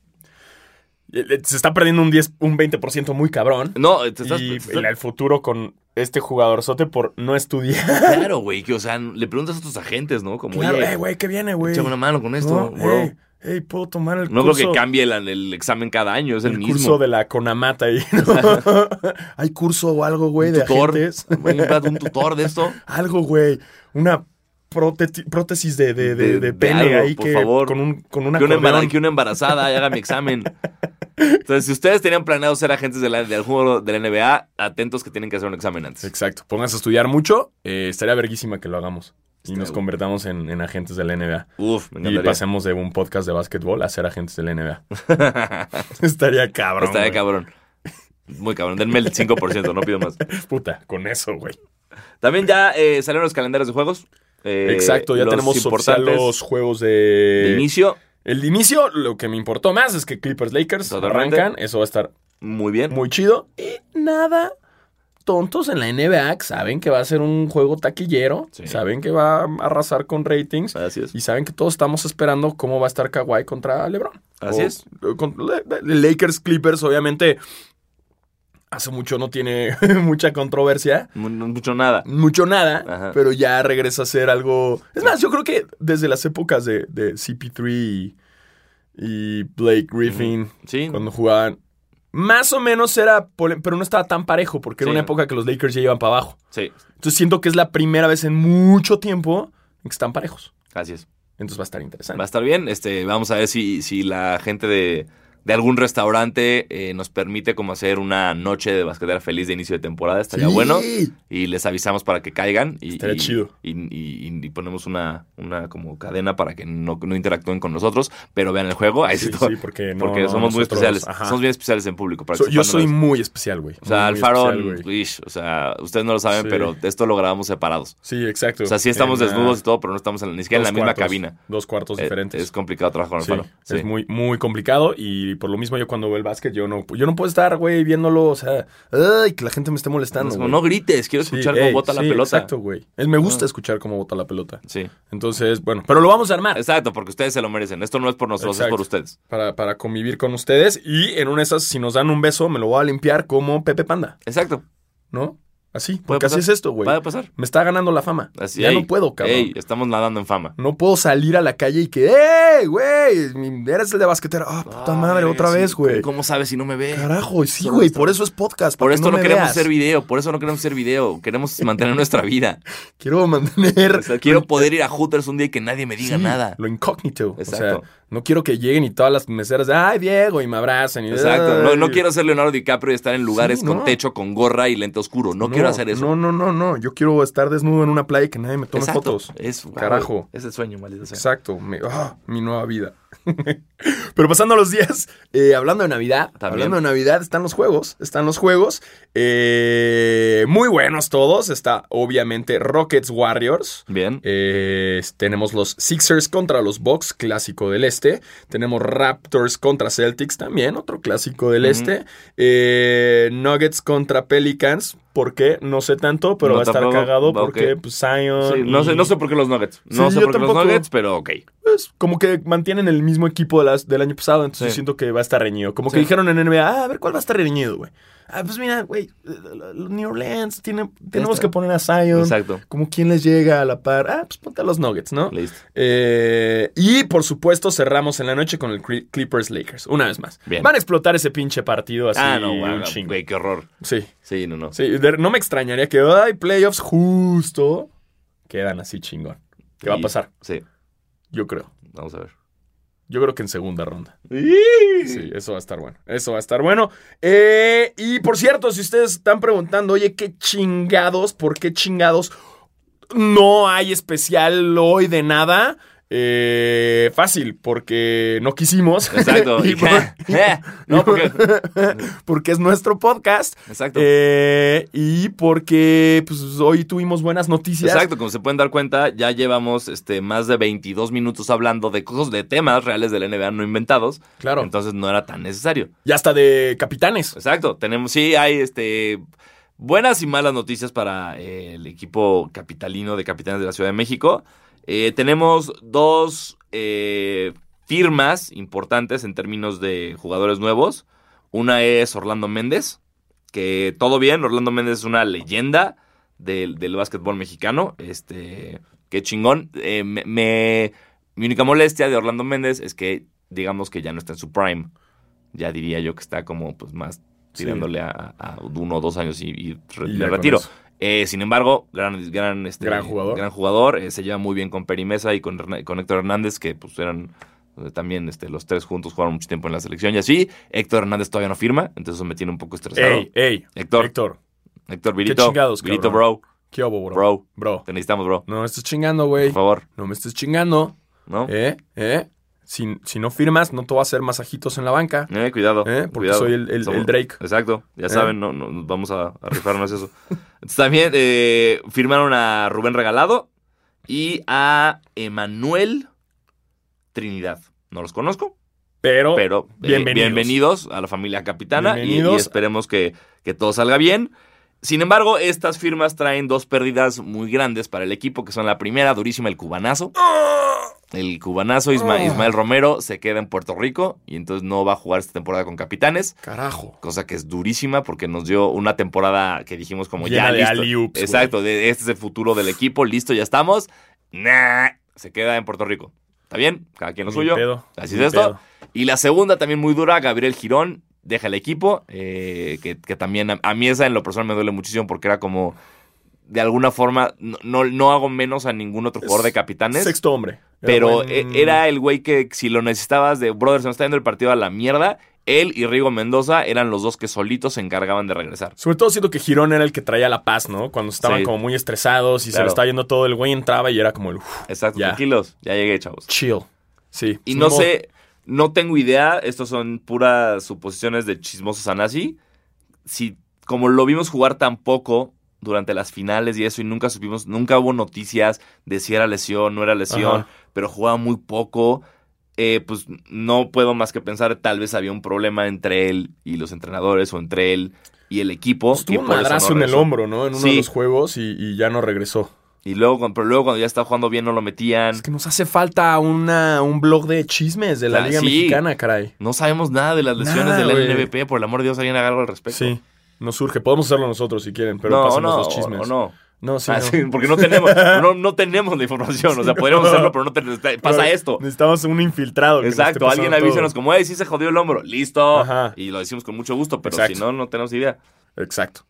B: eh, Se está perdiendo un 10, un 20% muy cabrón.
A: No, te estás.
B: y
A: te estás-
B: el futuro con este jugadorzote por no estudiar.
A: Claro, güey, que o sea, le preguntas a tus agentes, ¿no? Como,
B: Claro,
A: oye,
B: eh, güey, ¿qué viene, güey?
A: échame una mano con esto,
B: No,
A: bro.
B: ey, ey, puedo tomar el
A: No
B: curso.
A: creo que cambie el, el examen cada año, es el,
B: el
A: mismo.
B: curso de la Conamata ahí. ¿no? [laughs] Hay curso o algo, güey,
A: un
B: de
A: tutor,
B: agentes.
A: güey, [laughs] un un tutor de esto.
B: Algo, güey. Una próteti- prótesis de, de, de,
A: De-
B: de
A: de
B: pene
A: algo,
B: ahí
A: por
B: que
A: favor.
B: con un con una
A: Que una, embara- que una embarazada haga mi examen. Entonces, si ustedes tenían planeado ser agentes de la, del juego de la NBA, atentos que tienen que hacer un examen antes.
B: Exacto. Pónganse a estudiar mucho. Eh, estaría verguísima que lo hagamos. Y
A: Estaría
B: nos
A: bueno.
B: convertamos en, en agentes de la NBA.
A: Uf, me
B: Y
A: encantaría. [laughs]
B: pasemos de un podcast de básquetbol a ser agentes de la NBA. [laughs] estaría cabrón.
A: Está de
B: güey.
A: cabrón. Muy cabrón, denme el 5%, no pido más.
B: Puta, con eso, güey.
A: También ya eh, salieron los calendarios de juegos. eh,
B: Exacto, ya
A: los
B: tenemos eh, oficial
A: importantes
B: los juegos de...
A: de inicio.
B: El de inicio, lo que me importó más es que Clippers Lakers
A: Totalmente.
B: arrancan. Eso va a estar
A: Muy bien.
B: muy chido. Y nada, tontos en la NBA que saben que va a ser un juego taquillero.
A: Sí.
B: Saben que va a arrasar con ratings.
A: Así es.
B: Y saben que todos estamos esperando cómo va a estar Kawhi contra LeBron. eh,
A: Así es.
B: con- Le- Le- Lakers Clippers, obviamente, hace mucho no tiene [laughs] mucha controversia.
A: Mu- no Mucho nada.
B: Mucho nada,
A: Ajá.
B: pero ya regresa a ser algo. Es más, yo creo que desde las épocas de, de CP3 y, y Blake Griffin,
A: Sí.
B: cuando jugaban, más o menos era, pole- pero no estaba tan parejo, porque
A: Sí.
B: era una época que los Lakers ya iban para abajo.
A: Sí.
B: Entonces siento que es la primera vez en mucho tiempo en que están parejos.
A: Así es.
B: Entonces va a estar interesante.
A: Va a estar bien. Este, vamos a ver si, si la gente de, de algún restaurante eh, nos permite como hacer una noche de basquetera feliz de inicio de temporada. Estaría
B: Sí.
A: bueno. Y les avisamos para que caigan. Y,
B: Estaría
A: y-
B: chido.
A: Y, y- y- y ponemos una, una como cadena para que no, no interactúen con nosotros, pero vean el juego. Ahí
B: Sí,
A: sí todo-
B: sí, porque, no,
A: porque
B: no,
A: somos muy
B: nosotros-
A: especiales.
B: ajá.
A: Somos bien especiales en público. para
B: So-
A: que
B: yo
A: sepan,
B: soy
A: ¿no?
B: muy especial, güey.
A: O sea,
B: Muy
A: Alfaro,
B: especial, güey.
A: ish, o sea, ustedes no lo saben,
B: Sí.
A: pero esto lo grabamos separados.
B: Sí, exacto.
A: O sea, sí estamos
B: En, ah,
A: desnudos y todo, pero no estamos en, ni siquiera en la
B: dos
A: misma
B: cuartos,
A: cabina.
B: Dos cuartos
A: Eh,
B: diferentes.
A: Es complicado trabajar con
B: Sí,
A: Alfaro. Sí.
B: Es muy, muy complicado y por lo mismo yo cuando veo el básquet yo no, yo no puedo estar, güey, viéndolo, o sea, ay, que la gente me esté molestando.
A: Es como,
B: güey.
A: no grites, quiero escuchar
B: Sí,
A: cómo
B: ey,
A: bota la
B: sí,
A: pelota.
B: Exacto, güey. Es- Me gusta
A: Ah.
B: escuchar cómo bota la pelota.
A: Sí,
B: Entonces, bueno, pero lo vamos a armar
A: exacto, porque ustedes se lo merecen. Esto no es por nosotros,
B: Exacto.
A: es por ustedes.
B: para, para convivir con ustedes y en una de esas, si nos dan un beso, me lo voy a limpiar como Pepe Panda,
A: Exacto,
B: ¿no? Así, porque
A: pasar.
B: así es esto, güey.
A: va a pasar.
B: Me está ganando la fama.
A: Así,
B: ya
A: ey,
B: no puedo, cabrón.
A: ey, estamos nadando en fama.
B: No puedo salir a la calle y que, ¡eh, güey! mi- Eres el de basquetera. ¡Ah, puta
A: Ah,
B: madre!
A: verga,
B: Otra
A: sí,
B: vez, güey.
A: ¿Cómo sabes si no me ve?
B: Carajo, y sí,
A: Solo
B: güey,
A: esto.
B: por eso es podcast.
A: Por
B: para que
A: esto no,
B: me
A: queremos
B: veas.
A: hacer video, por eso no queremos ser video. Queremos mantener nuestra
B: [laughs]
A: vida.
B: Quiero mantener.
A: O sea, quiero poder ir a Hooters un día y que nadie me diga
B: Sí,
A: nada.
B: Lo incógnito. O
A: Exacto.
B: sea, no quiero que lleguen y todas las meseras, ay, Diego, y me abracen. y-
A: Exacto. No, no
B: ay.
A: quiero ser Leonardo DiCaprio y estar en lugares
B: Sí,
A: con
B: no.
A: techo, con gorra y lente oscuro. No, quiero hacer eso.
B: No, no, no, no. Yo quiero estar desnudo en una playa y que nadie me tome
A: Exacto.
B: fotos.
A: Es,
B: Carajo.
A: Es el sueño, maldito sea.
B: Exacto. Me- ah, mi nueva vida. [laughs] Pero pasando los días, eh, hablando de Navidad,
A: También.
B: hablando de Navidad, están los juegos, están los juegos. eh, muy buenos todos. Está obviamente Rockets Warriors.
A: Bien.
B: Eh, tenemos los Sixers contra los Bucks, clásico del este. Tenemos Raptors contra Celtics también, otro clásico del
A: Ujú.
B: este. Eh, Nuggets contra Pelicans, ¿por qué? No sé tanto, pero
A: No,
B: va a estar
A: tampoco.
B: cagado
A: Va,
B: porque
A: ok.
B: pues, Zion.
A: Sí, no,
B: y,
A: sé, no sé por qué los Nuggets. No
B: Sí,
A: sé
B: yo
A: por qué los
B: tampoco.
A: Nuggets, pero ok.
B: pues, como que mantienen el mismo equipo de las, del año pasado, entonces
A: Sí.
B: siento que va a estar reñido. Como que
A: Sí.
B: dijeron en NBA, "Ah, a ver cuál va a estar reñido, güey. Ah, pues mira, güey, eh, New Orleans, tiene, tenemos
A: está.
B: que poner a Zion.
A: Exacto.
B: Como quién les llega a la par. Ah, pues ponte a los Nuggets, ¿no?
A: Listo.
B: Eh, y por supuesto cerramos en la noche con el Cri- Clippers Lakers, una vez más.
A: Bien.
B: Van a explotar ese pinche partido así
A: ah, no,
B: un
A: guau,
B: chingo.
A: güey, qué horror.
B: Sí,
A: Sí, no, no.
B: sí, de- no me extrañaría que ay, playoffs justo quedan así chingón. ¿Qué va a
A: Y-
B: pasar?
A: Sí,
B: Yo creo.
A: vamos a ver.
B: Yo creo que en segunda ronda. Sí, eso va a estar bueno. Eso va a estar bueno. Eh, y por cierto, si ustedes están preguntando, oye, qué chingados, por qué chingados no hay especial hoy de nada. eh, fácil, porque no quisimos.
A: Exacto. [laughs]
B: [laughs]
A: Eh,
B: Y por-
A: no, porque.
B: porque es nuestro podcast.
A: Exacto.
B: Eh, y porque pues, hoy tuvimos buenas noticias.
A: Exacto, como se pueden dar cuenta, ya llevamos este, más de 22 minutos hablando de cosas, de temas reales del NBA no inventados.
B: Claro.
A: Entonces no era tan necesario.
B: y hasta de capitanes.
A: Exacto, tenemos, sí, hay este, buenas y malas noticias para eh, el equipo capitalino de Capitanes de la Ciudad de México. Eh, tenemos dos eh, firmas importantes en términos de jugadores nuevos. Una es Orlando Méndez, que todo bien, Orlando Méndez es una leyenda del, del básquetbol mexicano. Este, qué chingón. Eh, me, me- mi única molestia de Orlando Méndez es que, digamos que ya no está en su prime. Ya diría yo que está como pues más
B: Sí.
A: tirándole a, a uno o dos años y, y re-
B: Y
A: le
B: ya con
A: Pues, retiro.
B: eso.
A: Eh, sin embargo, gran, gran, este,
B: Gran jugador.
A: gran jugador, eh, se lleva muy bien con Peri Mesa y con, Hern- con Héctor Hernández, que pues eran eh, también este, los tres juntos jugaron mucho tiempo en la selección y así. Héctor Hernández todavía no firma, entonces eso me tiene un poco estresado.
B: Ey, ey,
A: Héctor,
B: Pues, Héctor,
A: Héctor Virito.
B: chingados,
A: Virito,
B: cabrón.
A: bro.
B: ¿qué hubo, bro?
A: Bro,
B: Bro.
A: te necesitamos, bro.
B: No me estés chingando, güey.
A: Por favor,
B: No me estés chingando.
A: ¿no?
B: ¿Eh? ¿Eh? Si, si no firmas, no te voy a hacer masajitos en la banca.
A: Eh, cuidado.
B: ¿Eh? Porque
A: cuidado.
B: soy el, el-
A: Somos-
B: el Drake.
A: Exacto, ya
B: ¿Eh?
A: saben, no, no, vamos a, a rifarnos eso. Entonces, también eh, firmaron a Rubén Regalado y a Emanuel Trinidad. No los conozco,
B: Pero,
A: pero eh,
B: Oh, bienvenidos.
A: bienvenidos a la familia capitana y, y
B: Bienvenidos.
A: esperemos que, que todo salga bien. Sin embargo, estas firmas traen dos pérdidas muy grandes para el equipo, que son la primera, durísima, el cubanazo. El cubanazo Isma-
B: Ah.
A: Ismael Romero se queda en Puerto Rico y entonces no va a jugar esta temporada con Capitanes
B: carajo.
A: cosa que es durísima porque nos dio una temporada que dijimos como
B: Llena
A: ya
B: de
A: listo.
B: alley-oops,
A: Exacto, de, este es el futuro del equipo, listo, ya estamos. Nah, se queda en Puerto Rico. ¿Está bien? Cada quien lo
B: Ni
A: suyo.
B: pedo,
A: Así
B: ni
A: es esto.
B: pedo.
A: Y la segunda también muy dura, Gabriel Girón deja el equipo, eh, que, que también a, a mí esa en lo personal me duele muchísimo porque era como, de alguna forma, no, no, no hago menos a ningún otro jugador de capitanes.
B: Sexto hombre.
A: Pero
B: buen-
A: e- era el güey que si lo necesitabas de, brother, se nos está yendo el partido a la mierda. Él y Rigo Mendoza eran los dos que solitos se encargaban de regresar.
B: Sobre todo siento que Girón era el que traía la paz, ¿no? Cuando estaban
A: Sí.
B: como muy estresados y se
A: Claro.
B: le estaba yendo todo, el güey entraba y era como el "Uf,
A: Exacto,
B: Ya.
A: tranquilos, ya llegué, chavos.
B: chill. Sí.
A: Y
B: pues,
A: no
B: ni modo.
A: sé, no tengo idea, estos son puras suposiciones de chismosos Anasi. Si, como lo vimos jugar tan poco durante las finales y eso, y nunca supimos, nunca hubo noticias de si era lesión, no era lesión,
B: Ajá.
A: pero jugaba muy poco. eh, pues no puedo más que pensar, tal vez había un problema entre él y los entrenadores o entre él y el equipo.
B: Pues, tuvo
A: que
B: un
A: por eso no
B: madrazo en el
A: regresó.
B: hombro, ¿no? En uno de
A: Sí.
B: los juegos y, y ya no regresó.
A: Y luego, cuando- pero luego cuando ya estaba jugando bien no lo metían.
B: Es que nos hace falta una, un blog de chismes de la
A: Ah,
B: Liga
A: sí.
B: Mexicana, caray.
A: No sabemos nada de las lesiones
B: Nada,
A: del
B: güey.
A: NBP, por el amor de Dios, alguien haga algo al respecto.
B: Sí, nos surge. Podemos hacerlo nosotros si quieren, pero
A: no,
B: pasen
A: no,
B: los
A: o-
B: chismes.
A: o no.
B: No, sí,
A: Ah,
B: no.
A: sí, porque no tenemos, no, no tenemos la información. O sea, podríamos
B: no.
A: hacerlo, pero no te- pasa
B: Pero
A: esto.
B: Necesitamos un infiltrado. que nos esté
A: Exacto, alguien
B: pasando
A: avísenos como, hey, sí se jodió el hombro. Listo.
B: Ajá.
A: Y lo decimos con mucho gusto, pero
B: Exacto.
A: si no, no tenemos idea.
B: todo. Exacto.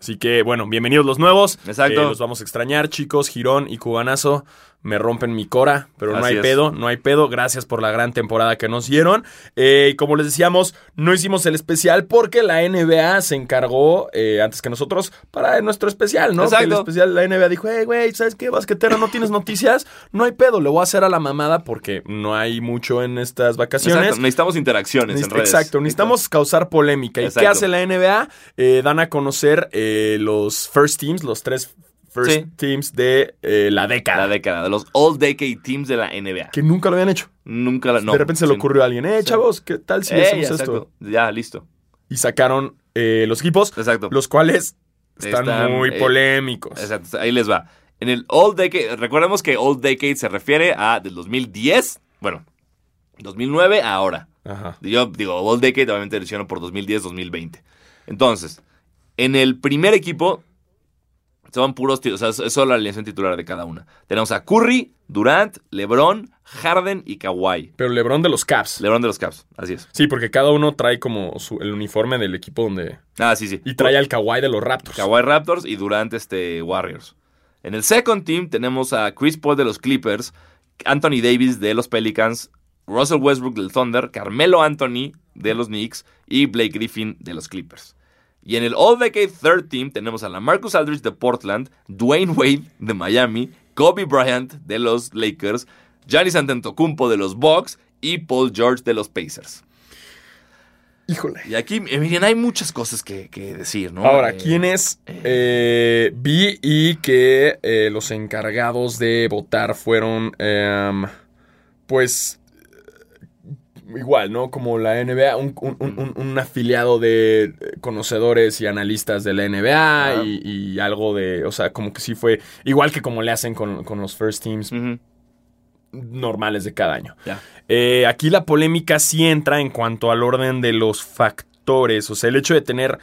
B: Así que, bueno, bienvenidos los nuevos.
A: Exacto.
B: Eh, los vamos a extrañar, chicos. Girón y Cubanazo me rompen mi cora, pero no
A: Así
B: hay
A: es.
B: pedo, no hay pedo. Gracias por la gran temporada que nos dieron. Eh, y como les decíamos, no hicimos el especial porque la NBA se encargó eh, antes que nosotros para nuestro especial, ¿no?
A: Exacto.
B: Que el especial, la NBA dijo, hey, güey, ¿sabes qué, basquetera? ¿No tienes noticias? No hay pedo, le voy a hacer a la mamada porque no hay mucho en estas vacaciones.
A: Exacto, necesitamos interacciones en
B: Necesita-
A: redes.
B: Exacto, necesitamos causar polémica. ¿Y qué
A: Exacto.
B: hace la NBA? Eh, dan a conocer eh, los first teams, los tres first
A: Sí.
B: teams de eh, la década.
A: La década, de los All Decade Teams de la NBA.
B: Que nunca lo habían hecho.
A: Nunca la- no,
B: de repente se le
A: sí.
B: ocurrió a alguien, eh,
A: Sí.
B: chavos, ¿qué tal si
A: Ey,
B: hacemos esto?
A: exacto. Ya, listo.
B: Y sacaron eh, los equipos,
A: Exacto.
B: los cuales están,
A: Están,
B: muy
A: eh,
B: polémicos.
A: Exacto, ahí les va. En el All Decade, recordemos que All Decade se refiere a del 2010, bueno, 2009 a ahora.
B: Ajá.
A: Yo digo, All Decade obviamente lo hicieron por 2010-2020. Entonces, en el primer equipo son puros, ti- o sea, es solo la alineación titular de cada una. Tenemos a Curry, Durant, LeBron, Harden y Kawhi.
B: Pero LeBron de los Caps.
A: LeBron de los Caps, así es.
B: sí, porque cada uno trae como su- el uniforme del equipo donde...
A: Ah, sí, sí.
B: Y trae al Kawhi de los Raptors.
A: Kawhi Raptors y Durant este, Warriors. En el second team tenemos a Chris Paul de los Clippers, Anthony Davis de los Pelicans, Russell Westbrook del Thunder, Carmelo Anthony de los Knicks y Blake Griffin de los Clippers. Y en el All Decade Third Team tenemos a la Marcus Aldridge de Portland, Dwayne Wade de Miami, Kobe Bryant de los Lakers, Giannis Antetokounmpo de los Bucks y Paul George de los Pacers.
B: Híjole.
A: Y aquí, eh, miren, hay muchas cosas que, que decir, ¿no?
B: Ahora,
A: Eh,
B: ¿quiénes eh, vi y que eh, los encargados de votar fueron, em, pues, igual, ¿no? Como la NBA, un, un- un- un- un afiliado de eh, conocedores y analistas de la NBA
A: Ajá.
B: y, y algo de, o sea, como que sí fue, igual que como le hacen con, con los first teams
A: ujú,
B: normales de cada año.
A: ya.
B: Eh, aquí la polémica sí entra en cuanto al orden de los factores. O sea, el hecho de tener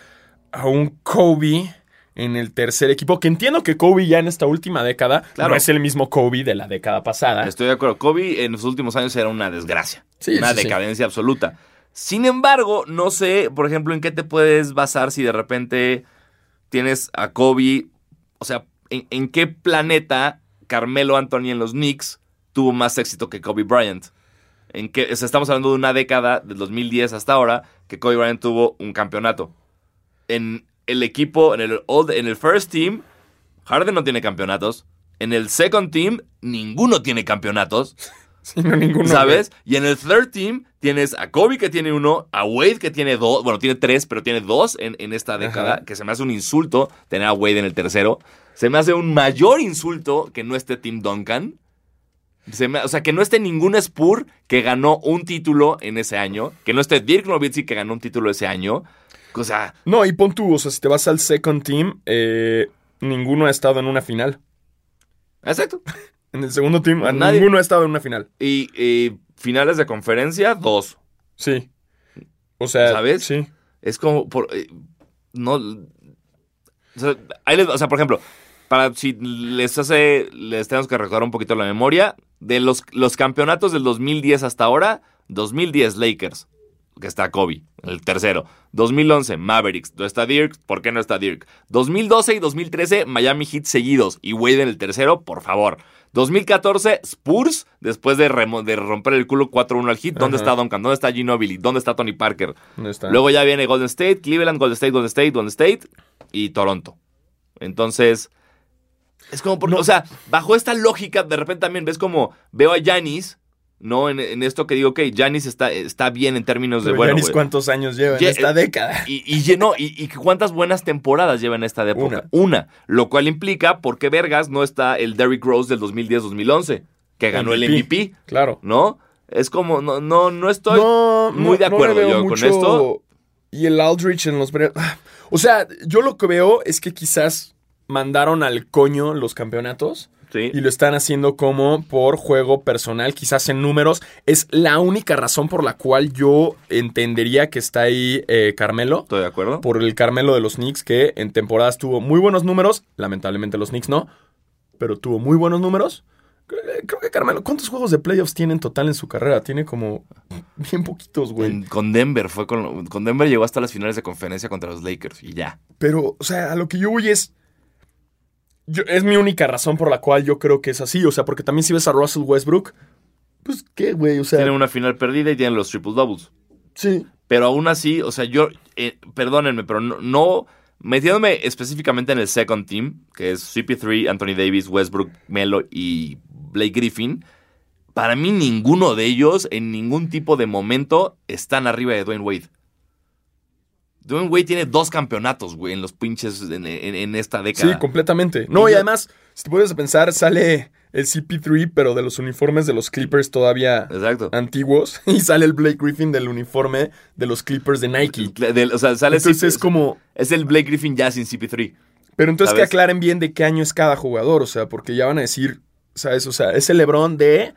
B: a un Kobe en el tercer equipo, que entiendo que Kobe ya en esta última década
A: Claro.
B: no es el mismo Kobe de la década pasada.
A: Estoy de acuerdo. Kobe en los últimos años era una desgracia.
B: Sí,
A: una
B: sí, sí.
A: decadencia absoluta. Sin embargo, no sé, por ejemplo, en qué te puedes basar si de repente tienes a Kobe. O sea, ¿en, en qué planeta Carmelo Anthony en los Knicks tuvo más éxito que Kobe Bryant? En qué, o sea, estamos hablando de una década, del 2010 hasta ahora, que Kobe Bryant tuvo un campeonato. En el equipo, en el, old- en el first team, Harden no tiene campeonatos. En el second team, ninguno tiene campeonatos.
B: Sí, no, ninguno,
A: ¿Sabes? Y en el third team tienes a Kobe que tiene uno, a Wade que tiene dos, bueno, tiene tres, pero tiene dos en, en esta década, que se me hace un insulto tener a Wade en el tercero. Se me hace un mayor insulto que no esté Tim Duncan. Se me- o sea, que no esté ningún Spur que ganó un título en ese año, que no esté Dirk Nowitzki que ganó un título ese año. O sea,
B: güey. No, y pon tú, o sea, si te vas al second team, eh, ninguno ha estado en una final.
A: exacto.
B: En el segundo team, a
A: Nadie.
B: ninguno ha estado en una final.
A: Y, y finales de conferencia, dos.
B: Sí. O sea,
A: ¿Sabes?
B: Sí.
A: Es como por. eh, no. O sea, ahí les- o sea, por ejemplo, para si les hace. Les tenemos que recordar un poquito la memoria. De los, los campeonatos del 2010 hasta ahora, 2010 Lakers, que está Kobe, el tercero. 2011 Mavericks, no está Dirk, ¿por qué no está Dirk? 2012 y 2013 Miami Heat seguidos y Wade en el tercero, por favor. 2014 Spurs, después de, remo- de romper el culo 4-1 al Heat, ¿dónde
B: Ajá.
A: está Duncan? ¿Dónde está Ginobili? ¿Dónde está Tony Parker?
B: No está.
A: Luego ya viene Golden State, Cleveland, Golden State, Golden State, Golden State y Toronto. Entonces, es como, por- o sea, bajo esta lógica, de repente también ves como veo a Yanis, ¿no? En, en esto que digo, ok, Yanis está, está bien en términos de, pues,
B: Pero
A: bueno,
B: Giannis,
A: güey. eh,
B: ¿cuántos años lleva en
A: Ye-
B: esta década?
A: y, y llenó, y, y cuántas buenas temporadas lleva en esta época. Una. Lo cual implica por qué vergas no está el Derrick Rose del 2010-2011, que ganó el MVP,
B: Claro.
A: ¿no? Es como, no, no, no estoy...
B: no,
A: muy de
B: no- no le
A: acuerdo
B: veo
A: yo con
B: mucho-
A: esto.
B: Y el Aldrich en los... Bre- [sighs] O sea, yo lo que veo es que quizás mandaron al coño los campeonatos
A: Sí.
B: y lo están haciendo como por juego personal, quizás en números. Es la única razón por la cual yo entendería que está ahí eh, Carmelo.
A: Estoy de acuerdo.
B: Por el Carmelo de los Knicks, que en temporadas tuvo muy buenos números. Lamentablemente los Knicks no, pero tuvo muy buenos números. Creo que- Creo que Carmelo, ¿cuántos juegos de playoffs tiene en total en su carrera? Tiene como bien poquitos, güey.
A: En- con Denver fue con, con Denver llegó hasta las finales de conferencia contra los Lakers y ya.
B: Pero, o sea, a lo que yo voy es. yo- es mi única razón por la cual yo creo que es así. O sea, porque también si ves a Russell Westbrook, pues qué, güey. O sea,
A: Tienen una final perdida y tienen los triple doubles.
B: sí.
A: Pero aún así, o sea, yo eh, perdónenme, pero no, no- metiéndome específicamente en el second team, que es CP3, Anthony Davis, Westbrook, Melo y Blake Griffin, para mí ninguno de ellos en ningún tipo de momento están arriba de Dwayne Wade. Dwayne Wade tiene dos campeonatos, güey, en los pinches en, en- en esta década.
B: Sí, completamente. No, y,
A: yo-
B: además, si te puedes pensar, sale el CP3, pero de los uniformes de los Clippers todavía
A: Exacto.
B: antiguos. [laughs] Y sale el Blake Griffin del uniforme de los Clippers de Nike.
A: Del- o sea, sale
B: Entonces
A: CP
B: es como.
A: Es el Blake Griffin ya sin CP3.
B: Pero entonces que
A: ¿Sabes?
B: aclaren bien de qué año es cada jugador, o sea, porque ya van a decir, ¿sabes? O sea, es el Lebron de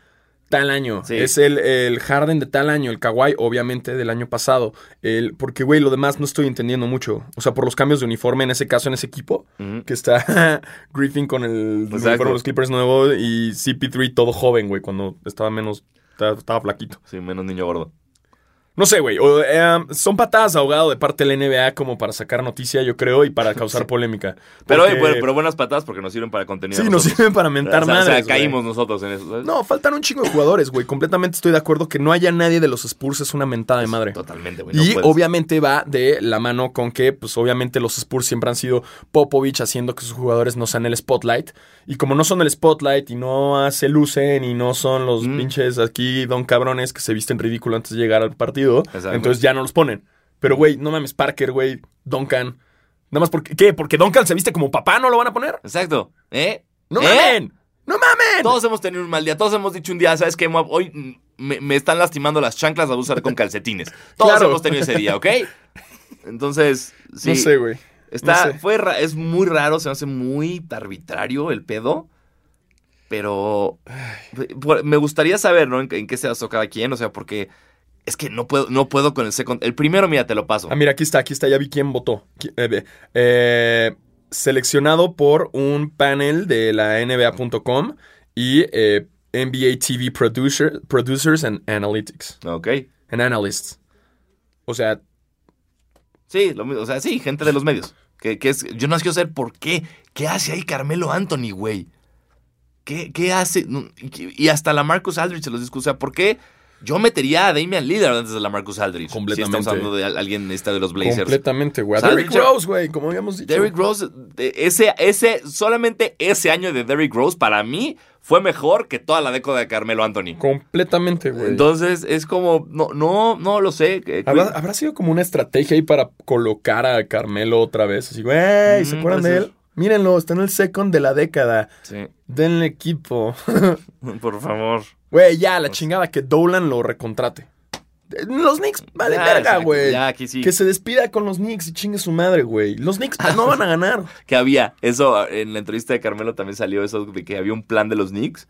B: tal año,
A: Sí.
B: es el, el Harden de tal año, el Kawhi obviamente del año pasado, el, porque güey, lo demás no estoy entendiendo mucho, o sea, por los cambios de uniforme en ese caso, en ese equipo, que está [laughs] Griffin con el
A: Exacto.
B: uniforme de los Clippers nuevo y CP3 todo joven, güey, cuando estaba menos, estaba, estaba flaquito.
A: Sí, menos niño gordo.
B: No sé, güey. o, eh, son patadas de ahogado de parte de la NBA como para sacar noticia, yo creo, y para
A: [laughs]
B: causar polémica.
A: Pero,
B: Porque-
A: oye, bueno, pero buenas patadas porque nos sirven para contenido.
B: Sí,
A: a
B: nos
A: nosotros.
B: sirven para mentar
A: O sea, o
B: madres,
A: sea,
B: güey.
A: caímos nosotros en eso, ¿sabes?
B: No, faltan un chingo de jugadores, güey. Completamente estoy de acuerdo que no haya nadie de los Spurs es una mentada de madre.
A: Totalmente, güey. Pues no
B: Y
A: puedes.
B: obviamente va de la mano con que, pues obviamente los Spurs siempre han sido Popovich haciendo que sus jugadores no sean el spotlight. Y como no son el spotlight y no ah, se lucen y no son los
A: Mm.
B: pinches aquí don cabrones que se visten ridículo antes de llegar al partido,
A: Exacto.
B: entonces ya no los ponen. Pero güey, no mames, Parker, güey, Duncan. Nada más porque, ¿qué? ¿Porque Duncan se viste como papá? ¿No lo van a poner?
A: Exacto. ¿Eh?
B: ¡No
A: ¿Eh?
B: mamen! ¡No mamen!
A: Todos hemos tenido un mal día, todos hemos dicho un día, ¿sabes qué? Moab? Hoy mm, me, me están lastimando las chanclas, las voy a usar con calcetines. Todos
B: Claro.
A: hemos tenido ese día,
B: [laughs]
A: ¿ok? Entonces, sí.
B: No sé, güey.
A: Está,
B: no sé.
A: fue ra- es muy raro, se me hace muy arbitrario el pedo. Pero por- me gustaría saber, ¿no? En, en qué se basó cada quien, o sea, porque es que no puedo, no puedo con el second. El primero, mira, te lo paso.
B: Ah, mira, aquí está, aquí está, ya vi quién votó. Qui- eh, ve, eh, seleccionado por un panel de la NBA.com y eh, NBA TV producer, Producers and Analytics.
A: Ok.
B: And Analysts. O sea,
A: Sí, lo mismo. O sea, sí, gente de los medios. Que, que es, yo no quiero saber por qué. ¿Qué hace ahí Carmelo Anthony, güey? ¿Qué, qué hace? No, Y y hasta la Marcus Aldridge se los discute. O sea, ¿por qué yo metería a Damian Lillard antes de la Marcus Aldridge? Si
B: Completamente.
A: estamos hablando de al- alguien esta de los Blazers.
B: completamente, güey. A
A: O sea,
B: Derrick
A: dicho-
B: Rose, güey, como habíamos dicho.
A: Derrick Rose, de- ese, ese, solamente ese año de Derrick Rose para mí fue mejor que toda la década de Carmelo Anthony.
B: Completamente, güey.
A: Entonces es como, no, no, no lo sé. que-
B: ¿Habrá, habrá sido como una estrategia ahí para colocar a Carmelo otra vez? Así, güey, ¿se
A: Mm,
B: acuerdan
A: puede
B: de
A: ser.
B: él? Mírenlo, está en el second de la década.
A: Sí, [laughs]
B: Denle equipo.
A: por favor.
B: Güey, ya,
A: Pues
B: la chingada que Dolan lo recontrate. Eh, Los Knicks, vale
A: Ya,
B: verga,
A: exacto,
B: güey.
A: Ya, aquí sí.
B: Que se despida con los Knicks y chingue su madre, güey. Los Knicks pues, no van
A: [laughs]
B: a ganar.
A: que había, eso ah, en la entrevista de Carmelo también salió eso de que había un plan de los Knicks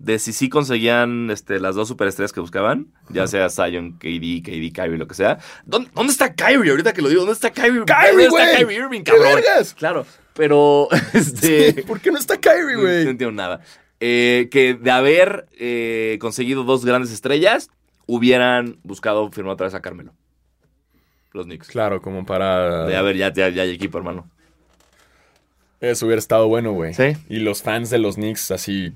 A: de si sí conseguían este, las dos superestrellas que buscaban, ya sea Zion, KD, KD, Kyrie, lo que sea. ¿Dónde, dónde está Kyrie ahorita que lo digo? ¿Dónde está Kyrie? ¿Dónde
B: ¡Kyrie,
A: está
B: güey!
A: Kyrie Irving,
B: ¡Qué
A: cabrón?
B: vergas!
A: Claro, pero [laughs] este
B: ¿Por qué no está
A: no,
B: Kyrie,
A: no
B: güey?
A: entiendo nada. Eh, que de haber eh, conseguido dos grandes estrellas, hubieran buscado firmar otra vez a Carmelo. Los Knicks.
B: Claro, como para...
A: De, a ver, ya, ya, ya hay equipo, hermano.
B: Eso hubiera estado bueno, güey.
A: Sí.
B: Y los fans de los Knicks así...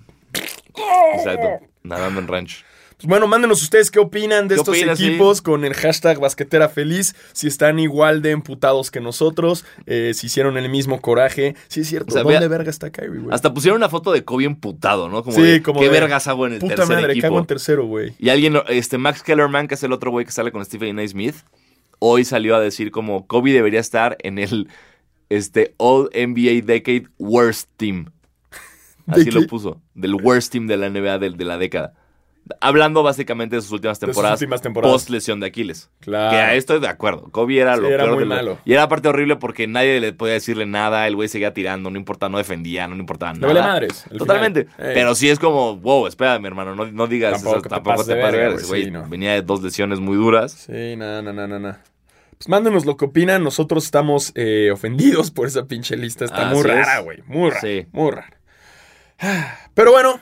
A: Exacto. Nadando en ranch.
B: Pues bueno, mándenos ustedes qué opinan de
A: ¿Qué
B: estos
A: opinan, sí?
B: equipos con el hashtag basquetera feliz. Si están igual de emputados que nosotros. eh, si hicieron el mismo coraje. Sí, es cierto.
A: O sea,
B: ¿Dónde
A: vea-
B: verga está Kyrie, güey?
A: Hasta pusieron una foto de Kobe emputado, ¿no? Como
B: Sí,
A: de,
B: como
A: ¿Qué
B: de,
A: vergas hago en el
B: Puta
A: tercer
B: madre,
A: equipo?
B: cago en tercero, güey.
A: Y alguien, este Max Kellerman, que es el otro güey que sale con Stephen A. Smith, hoy salió a decir como Kobe debería estar en el este All NBA Decade Worst
B: [laughs]
A: Team. Así
B: ¿De
A: lo
B: qué?
A: puso, del worst team de la NBA del- de, la década. Hablando básicamente de sus últimas
B: sus
A: temporadas,
B: últimas temporadas.
A: post lesión de Aquiles.
B: Claro.
A: Que a esto estoy de acuerdo. Kobe era
B: Sí,
A: lo
B: era
A: peor
B: muy
A: de lo-
B: malo.
A: Y era aparte horrible porque nadie le podía decirle nada, el güey seguía tirando, no importaba, no defendía, no le importaba nada.
B: No vale madres. al
A: Totalmente.
B: final. Ey.
A: Pero sí es como, wow, espérame, hermano, no, no digas eso,
B: Tampoco
A: tampoco,
B: te pases
A: te
B: de
A: pases
B: verga,
A: de verga,
B: güey, sí,
A: güey.
B: no.
A: Venía de dos lesiones muy duras.
B: Sí, nada, nada, nada, nada. Pues mándenos lo que opinan. Nosotros estamos eh, ofendidos por esa pinche lista. Está
A: Así
B: muy rara,
A: es.
B: güey. Muy rara.
A: Sí.
B: Muy rara. [sighs] Ah, Pero bueno.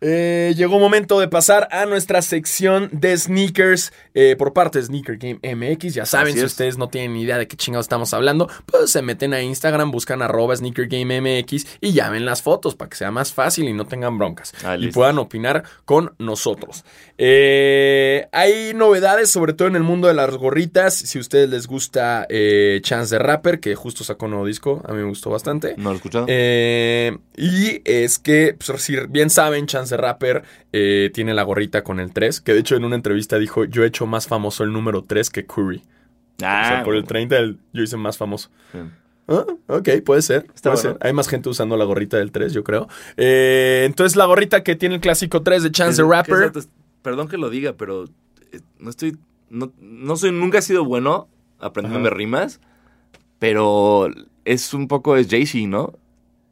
B: eh, llegó momento de pasar a nuestra sección de sneakers eh, por parte de Sneaker Game MX. Ya saben,
A: Así
B: si
A: es.
B: ustedes no tienen ni idea de qué chingados estamos hablando, pues se meten a Instagram, buscan arroba Sneaker Game MX y ya ven las fotos para que sea más fácil y no tengan broncas.
A: Ah,
B: y
A: listo.
B: puedan opinar con nosotros. Eh, hay novedades, sobre todo en el mundo de las gorritas. Si a ustedes les gusta eh, Chance the Rapper, que justo sacó un nuevo disco, a mí me gustó bastante.
A: ¿No lo he escuchado?
B: Eh, y es que, pues, si bien saben, Chance the Rapper eh, tiene la gorrita con el 3, que de hecho en una entrevista dijo, yo he hecho más famoso el número 3 que Curry.
A: ah,
B: o sea, por el 30 el- yo hice más famoso.
A: bien.
B: Ah, ok, puede ser.
A: Está
B: puede
A: bueno.
B: ser. Hay más gente usando la gorrita del 3, yo creo. Eh, entonces, la gorrita que tiene el clásico 3 de Chance the
A: ¿Qué- qué
B: Rapper.
A: exacto es- Perdón que lo diga, pero eh, no estoy. No, no soy, nunca he sido bueno aprendiéndome
B: Ajá.
A: rimas, pero es un poco es Jay-Z, ¿no?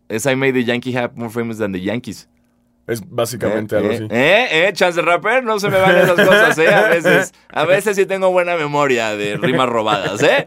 A: Es I made the Yankee hat more famous than the Yankees.
B: Es básicamente
A: eh,
B: algo
A: eh,
B: así.
A: eh, eh, chance de rapper, no se me van esas cosas, ¿eh?
B: [laughs]
A: A veces, a veces sí tengo buena memoria de rimas robadas, ¿eh?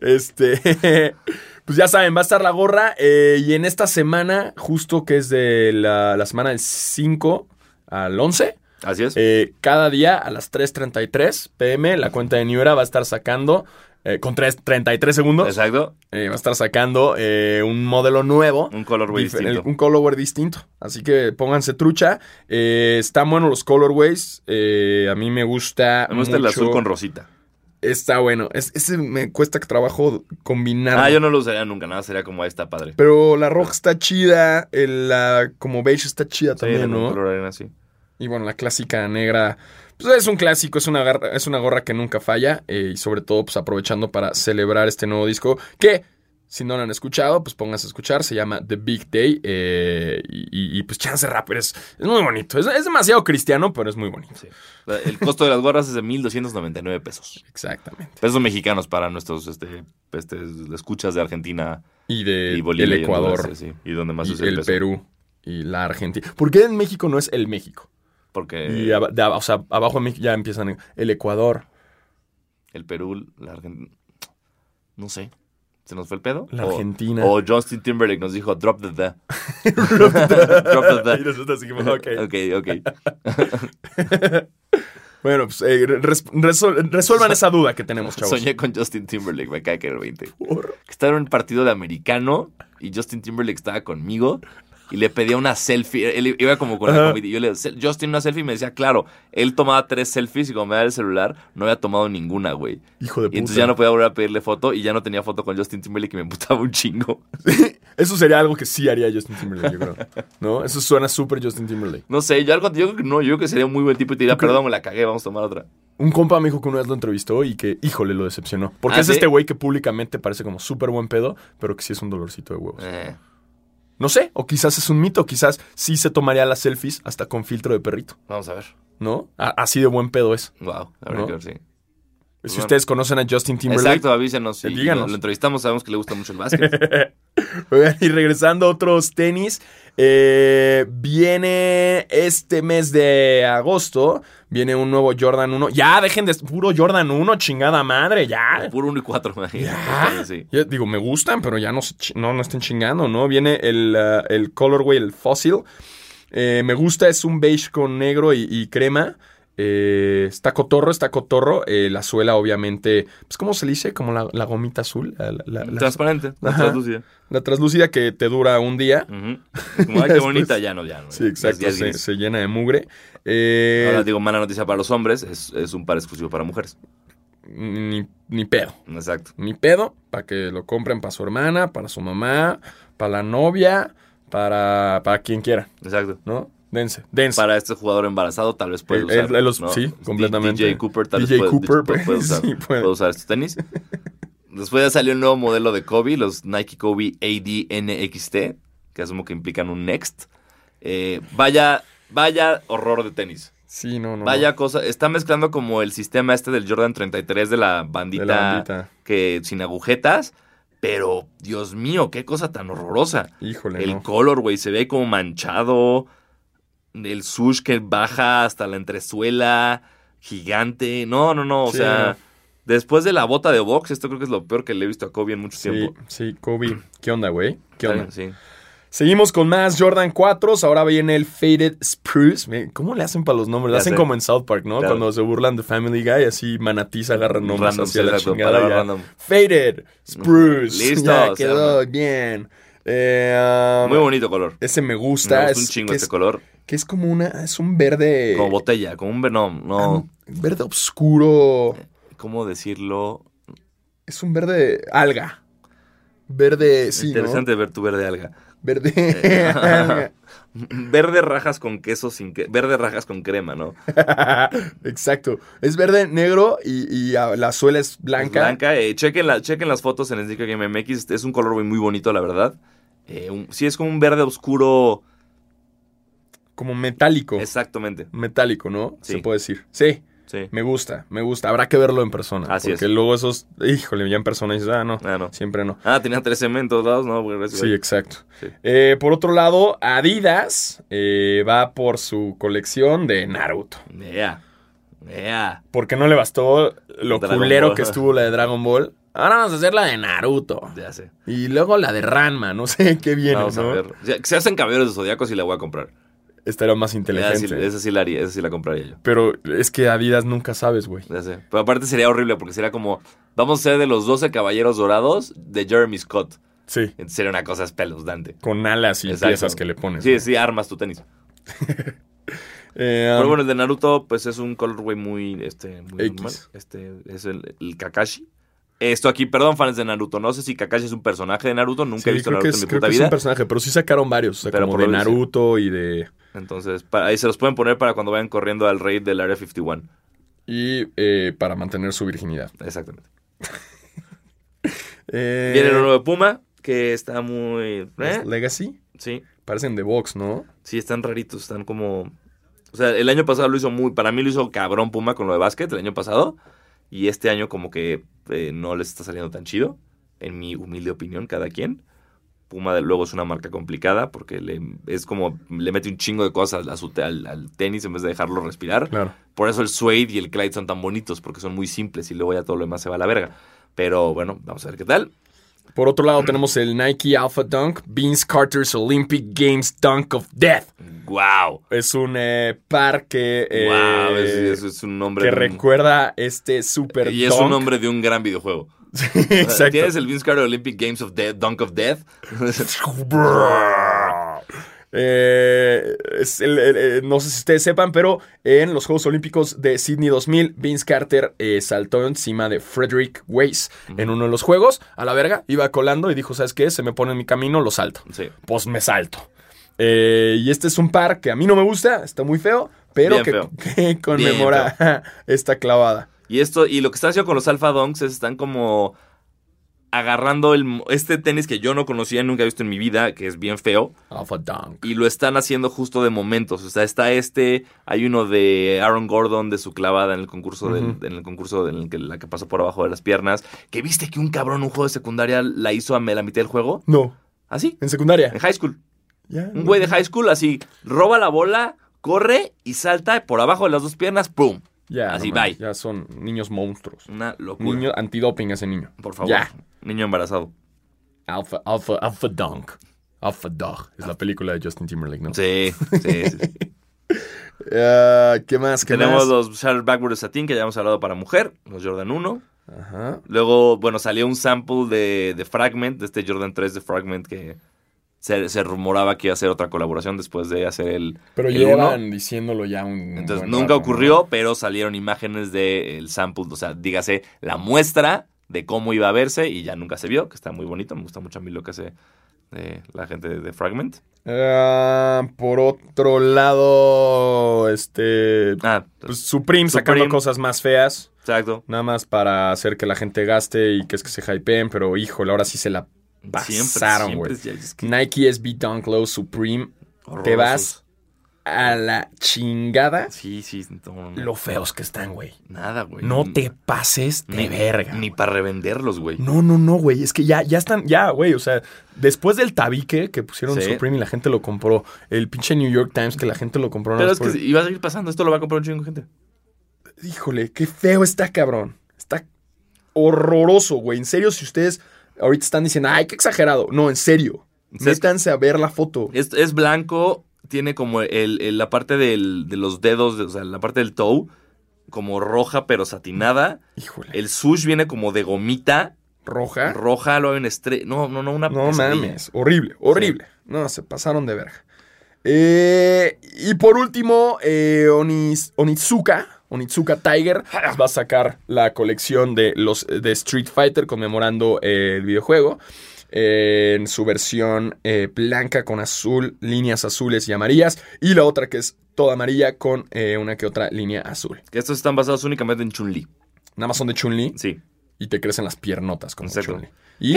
B: Este. [laughs] Pues ya saben, va a estar la gorra. eh, y en esta semana, justo que es de la, la semana del 5 al 11,
A: Así es.
B: Eh, cada día a las 3.33 pm, la cuenta de New Era va a estar sacando, eh, con tres- 33 segundos,
A: Exacto.
B: eh, va a estar sacando eh, un modelo nuevo.
A: Un colorway
B: Difer- el-
A: distinto.
B: Un colorway distinto. Así que pónganse trucha. Eh, están buenos los colorways. Eh, a mí me gusta.
A: Me gusta el
B: mucho.
A: azul con rosita.
B: Está bueno. Es- ese me cuesta trabajo combinar.
A: Ah, yo no lo usaría nunca, nada, sería como ahí está padre.
B: Pero la roja está chida. el- la como beige está chida
A: Sí,
B: también,
A: en un
B: ¿no?
A: color arena, sí.
B: Y bueno, la clásica negra. Pues es un clásico, es una, garra- es una gorra que nunca falla. eh, y sobre todo, pues aprovechando para celebrar este nuevo disco. Que, si no lo han escuchado, pues pónganse a escuchar. Se llama The Big Day. eh, y, y- y, pues chance rapper. Es, es muy bonito. Es, es demasiado cristiano, pero es muy bonito.
A: Sí. La- El costo de las gorras es de 1.299 pesos.
B: Exactamente.
A: Pesos mexicanos para nuestros este, este, escuchas de Argentina
B: Y de
A: y Bolivia.
B: el
A: y Honduras,
B: Ecuador.
A: sí, sí. Y donde más
B: y
A: es el,
B: el
A: peso.
B: Perú. Y la Argentina. ¿Por qué en México no es el México?
A: Porque
B: Y aba- de aba- o sea, abajo de México ya empiezan el Ecuador,
A: el Perú, la Argentina... No sé. ¿Se nos fue el pedo?
B: la
A: O-
B: Argentina. [laughs]
A: O Justin Timberlake nos dijo, drop the da. [laughs] drop the
B: Y
A: da.
B: resulta así como, [laughs] ok.
A: Ok, ok.
B: Bueno, pues eh, res- resol- resuelvan esa duda que tenemos, chavos.
A: Soñé con Justin Timberlake, me cae que era el 20.
B: Por-
A: que estaba en un partido de americano y Justin Timberlake estaba conmigo y le pedía una selfie. Él iba como con la
B: Ajá.
A: comida y yo le decía, Justin, una selfie. Y me decía, claro, él tomaba tres selfies y como me da el celular, no había tomado ninguna, güey.
B: Hijo de
A: Y
B: puta.
A: entonces ya no podía volver a pedirle foto y ya no tenía foto con Justin Timberlake y me emputaba un chingo. [laughs]
B: Eso sería algo que sí haría Justin Timberlake, yo creo. ¿No? Eso suena súper Justin Timberlake.
A: No sé, yo, algo, yo creo que no, yo creo que sería un muy buen tipo y te diría, perdón, me la cagué, vamos a tomar otra.
B: Un compa me dijo que una vez lo entrevistó y que, híjole, lo decepcionó. Porque
A: ¿Ah,
B: es
A: sí?
B: este güey que públicamente parece como súper buen pedo, pero que sí es un dolorcito de huevos.
A: Eh,
B: No sé, o quizás es un mito, quizás sí se tomaría las selfies hasta con filtro de perrito,
A: vamos a ver.
B: ¿no? A- así de buen pedo es.
A: Wow, habrá
B: ¿No?
A: que ver, sí.
B: Si
A: Pues Bueno.
B: ustedes conocen a Justin Timberlake,
A: Exacto, avísenos. y
B: Díganos.
A: Lo entrevistamos, sabemos que le gusta mucho el básquet.
B: Oigan, [laughs] y regresando a otros tenis, eh, viene este mes de agosto, viene un nuevo Jordan 1. Ya, dejen de... Puro Jordan 1, chingada madre, ya.
A: Puro 1 y [laughs] 4,
B: Ya.
A: Sí.
B: Ya, digo, me gustan, pero ya no, se chi- no, no estén chingando, ¿no? Viene el, ah, el colorway, el fósil. Eh, me gusta, es un beige con negro y, y crema. Eh, está cotorro, está cotorro. Eh, la suela, obviamente, pues, ¿cómo se le dice? Como la, la gomita azul. La, la- la-
A: Mm, Transparente,
B: Ajá.
A: translúcida.
B: la translúcida que te dura un [laughs] día.
A: Ujú. Como, ay, qué
B: Después-
A: bonita, ya no, ya no.
B: Sí,
A: ya-
B: exacto.
A: ya es
B: se,
A: gris.
B: se llena de mugre. Eh,
A: Ahora digo, mala noticia para los hombres, es, es un par exclusivo para mujeres.
B: ni, ni pedo.
A: Exacto.
B: Ni pedo. Para que lo compren para su hermana, para su mamá, para la novia, para, para quien quiera,
A: Exacto.
B: ¿no? Dense, dense.
A: Para este jugador embarazado, tal vez puede
B: El-
A: usar.
B: el- Eh, los-
A: ¿no?
B: sí,
A: D-
B: completamente.
A: DJ Cooper, tal
B: DJ
A: vez puede,
B: Cooper, pues.
A: puede- puede usar,
B: [laughs] sí, puede.
A: puede usar estos
B: [laughs]
A: tenis. Después ya salió el nuevo modelo de Kobe, los Nike Kobe ADNXT, que asumo que implican un Next. Eh, vaya, vaya horror de tenis.
B: sí, no, no.
A: Vaya
B: no.
A: cosa. Está mezclando como el sistema este del Jordan 33 de la bandita.
B: De la bandita.
A: que sin agujetas, pero Dios mío, qué cosa tan horrorosa.
B: Híjole,
A: El
B: no.
A: color, güey, se ve como manchado. El sush que baja hasta la entresuela, gigante. No, no, no, o
B: Sí,
A: sea, después de la bota de box, esto creo que es lo peor que le he visto a Kobe en mucho
B: Sí,
A: tiempo.
B: sí, Kobe. ¿Qué onda, güey? ¿Qué onda?
A: Sí.
B: Seguimos con más Jordan 4. Ahora viene el Faded Spruce. Me- ¿Cómo le hacen para los nombres? Lo
A: Ya
B: hacen
A: sé.
B: como en South Park, ¿no?
A: Claro.
B: Cuando se burlan de Family Guy, así manatís agarran nombres
A: Random,
B: hacia la
A: exacto,
B: chingada.
A: palabra
B: ya.
A: random.
B: Faded Spruce.
A: Listo,
B: [laughs] Ya
A: se
B: quedó bien. Eh, um,
A: Muy bonito color.
B: Ese me
A: Me
B: gusta.
A: gusta
B: es,
A: un chingo
B: que
A: este
B: es,
A: color.
B: que es como una. Es un verde.
A: Como botella, como un venom. No,
B: un Verde oscuro.
A: ¿cómo decirlo?
B: Es un verde alga. Verde, Eh, sí, ¿no?
A: Interesante ver tu verde alga. [clears throat] [laughs]
B: Verde alga.
A: Verde rajas con queso sin que... Verde rajas con crema, ¿no?
B: [laughs] Exacto. Es verde, negro y, y, ah, la suela es blanca.
A: Blanca. eh, chequen, la- chequen las fotos en Sneaker Game MX. Este Es un color muy, muy bonito, la verdad. Eh, un- sí, es como un verde oscuro.
B: Como metálico.
A: Exactamente.
B: Metálico, ¿no?
A: Sí.
B: Se puede decir. Sí,
A: Sí.
B: me gusta, me gusta. Habrá que verlo en persona.
A: Así
B: porque
A: es.
B: luego esos. Híjole, ya en persona dices, ah, no.
A: Ah, no.
B: Siempre no.
A: Ah, tenía 13M en todos lados, ¿no? Porque
B: Sí, exacto.
A: Sí.
B: Eh, por otro lado, Adidas eh, va por su colección de Naruto.
A: Ea. Ea.
B: Porque no le bastó lo
A: Dragon
B: culero
A: Ball.
B: que estuvo la de Dragon Ball. Ahora vamos a hacer la de Naruto.
A: Ya sé.
B: Y luego la de Ranma, no sé [laughs] qué viene,
A: Vamos
B: ¿no?
A: a ver. O sea, que se hacen caballeros de zodiacos y la voy a comprar.
B: estaría más inteligente.
A: Esa sí, esa sí la haría, esa sí la compraría yo.
B: Pero es que Adidas nunca sabes, güey.
A: Ya sé. Pero aparte sería horrible porque sería como, vamos a ser de los 12 caballeros dorados de Jeremy Scott.
B: Sí,
A: Entonces sería una cosa espeluznante.
B: con alas y
A: Exacto.
B: piezas que le pones.
A: Sí, sí, armas tu tenis.
B: Eh, um,
A: Pero bueno, el de Naruto, pues es un colorway muy, este, muy
B: X.
A: normal. Este es el, el Kakashi. Esto aquí, perdón, fans de Naruto. No sé si Kakashi es un personaje de Naruto. Nunca
B: sí,
A: he visto
B: creo que
A: Naruto
B: es,
A: en mi
B: creo
A: puta
B: que es
A: vida.
B: un personaje, pero sí sacaron varios. O sea,
A: Pero
B: como
A: por
B: de
A: lo menos sí.
B: Naruto y de.
A: Entonces, para, ahí se los pueden poner para cuando vayan corriendo al raid del Área 51.
B: Y eh, para mantener su virginidad.
A: Exactamente.
B: Eh,
A: Viene el nuevo de Puma, que está muy... ¿eh?
B: los Legacy.
A: Sí,
B: Parecen de box, ¿no?
A: sí, están raritos, están como... O sea, el año pasado lo hizo muy... Para mí lo hizo cabrón Puma con lo de básquet el año pasado. Y este año como que eh, no les está saliendo tan chido. En mi humilde opinión, cada quien. Puma de luego es una marca complicada porque le, es como le mete un chingo de cosas a su te- al, al tenis en vez de dejarlo respirar.
B: Claro.
A: Por eso el suede y el Clyde son tan bonitos, porque son muy simples y luego ya todo lo demás se va a la verga. Pero bueno, vamos a ver qué tal.
B: Por otro lado, tenemos el Nike Alpha Dunk Vince Carter's Olympic Games Dunk of Death.
A: ¡Guau!
B: Es un eh, par que. eh,
A: ¡Guau! Es, es- es un nombre.
B: que
A: de un-
B: recuerda este super
A: y es
B: dunk.
A: un
B: [laughs]
A: nombre de un gran videojuego. O sea,
B: Exacto.
A: Tienes el Vince Carter Olympic Games of Death, Dunk of Death. [laughs]
B: [laughs] Eh, es el- el- el- no sé si ustedes sepan, pero en los Juegos Olímpicos de Sydney 2000, Vince Carter eh, saltó encima de Frederick Weiss en uno de los juegos, a la verga, iba colando y dijo, ¿sabes qué? Se me pone en mi camino, lo salto.
A: sí.
B: Pues me salto. Eh, y este es un par que a mí no me gusta, está muy feo, pero
A: Bien
B: que,
A: feo.
B: [laughs] que conmemora [laughs] esta clavada.
A: Y esto, y lo que está haciendo con los Alpha Dunks es están como agarrando el, este tenis que yo no conocía, nunca he visto en mi vida, que es bien feo.
B: Alpha Dunk.
A: y lo están haciendo justo de momentos. O sea, está este, hay uno de Aaron Gordon de su clavada en el concurso, del-
B: Ujú.
A: en el concurso en el que la que pasó por abajo de las piernas. Que viste que un cabrón, un juego de secundaria, la hizo a me- la mitad del juego.
B: No,
A: Así,
B: en secundaria.
A: en high school.
B: Ya,
A: Un güey de high school así, roba la bola, corre y salta por abajo de las dos piernas, ¡pum!
B: Ya,
A: Así,
B: no mames,
A: bye.
B: Ya son niños monstruos.
A: Una locura.
B: Niño antidoping ese niño.
A: por favor.
B: Ya.
A: Niño embarazado.
B: Alpha, Alpha, Alpha Dunk. Alpha Dog. Es la película de Justin Timberlake, ¿no?
A: Sí, sí, sí.
B: Ah, ¿Qué más? [laughs] ¿Qué
A: Tenemos
B: más?
A: los Charles Backward de Satin que ya hemos hablado para mujer, los Jordan 1.
B: Ajá.
A: Luego, bueno, salió un sample de, de Fragment, de este Jordan 3 de Fragment que se, se rumoraba que iba a hacer otra colaboración después de hacer el.
B: Pero
A: el
B: llevan
A: uno.
B: diciéndolo ya un.
A: Entonces
B: buen
A: nunca
B: rato,
A: ocurrió, pero salieron imágenes del sample, o sea, dígase la muestra de cómo iba a verse y ya nunca se vio, que está muy bonito. Me gusta mucho a mí lo que hace eh, la gente de, de Fragment.
B: ¿no? Ah, por otro lado, este.
A: Ah,
B: pues, Supreme sacando
A: Supreme.
B: cosas más feas.
A: exacto.
B: Nada más para hacer que la gente gaste y que es que se hypeen, pero híjole, ahora sí se la pasaron,
A: siempre,
B: güey.
A: siempre. es que-
B: Nike SB Dunk Low Supreme
A: horrorosos.
B: vas a la chingada.
A: Sí, sí. no, no,
B: Lo feos que están, güey.
A: nada, güey.
B: No te pases de
A: ni,
B: verga.
A: Ni para revenderlos, güey.
B: No, no, no, güey. Es que ya, ya están, ya, güey. O sea, después del tabique que pusieron
A: Sí.
B: Supreme y la gente lo compró. El pinche New York Times que la gente lo compró. nada
A: Pero es
B: más
A: que
B: por-
A: iba a seguir pasando, esto lo va a comprar un chingo de gente.
B: Híjole, qué feo está, cabrón. Está horroroso, güey. En serio, si ustedes ahorita están diciendo, ay, qué exagerado. No, en serio.
A: sea, es-
B: Métanse a ver la foto.
A: Es, es blanco, tiene como el, el- la parte del- de los dedos, de- o sea, la parte del toe, como roja pero satinada.
B: Híjole.
A: El sush viene como de gomita,
B: Roja.
A: roja, luego hay una estrella. No, no, no, una
B: ¿Ah? No
A: Ah, pesadilla.
B: mames, horrible, horrible. No, se pasaron de verga. Eh, y por último, eh, Onis- Onitsuka, Onitsuka Tiger, pues va a sacar la colección de los de Street Fighter conmemorando eh, el videojuego. eh, en su versión eh, blanca con azul, líneas azules y amarillas. Y la otra que es toda amarilla con eh, una que otra línea azul.
A: Que estos están basados únicamente en Chun-Li.
B: Nada más son de Chun-Li
A: Sí.
B: y te crecen las piernotas como
A: Exacto.
B: Chun-Li. Y,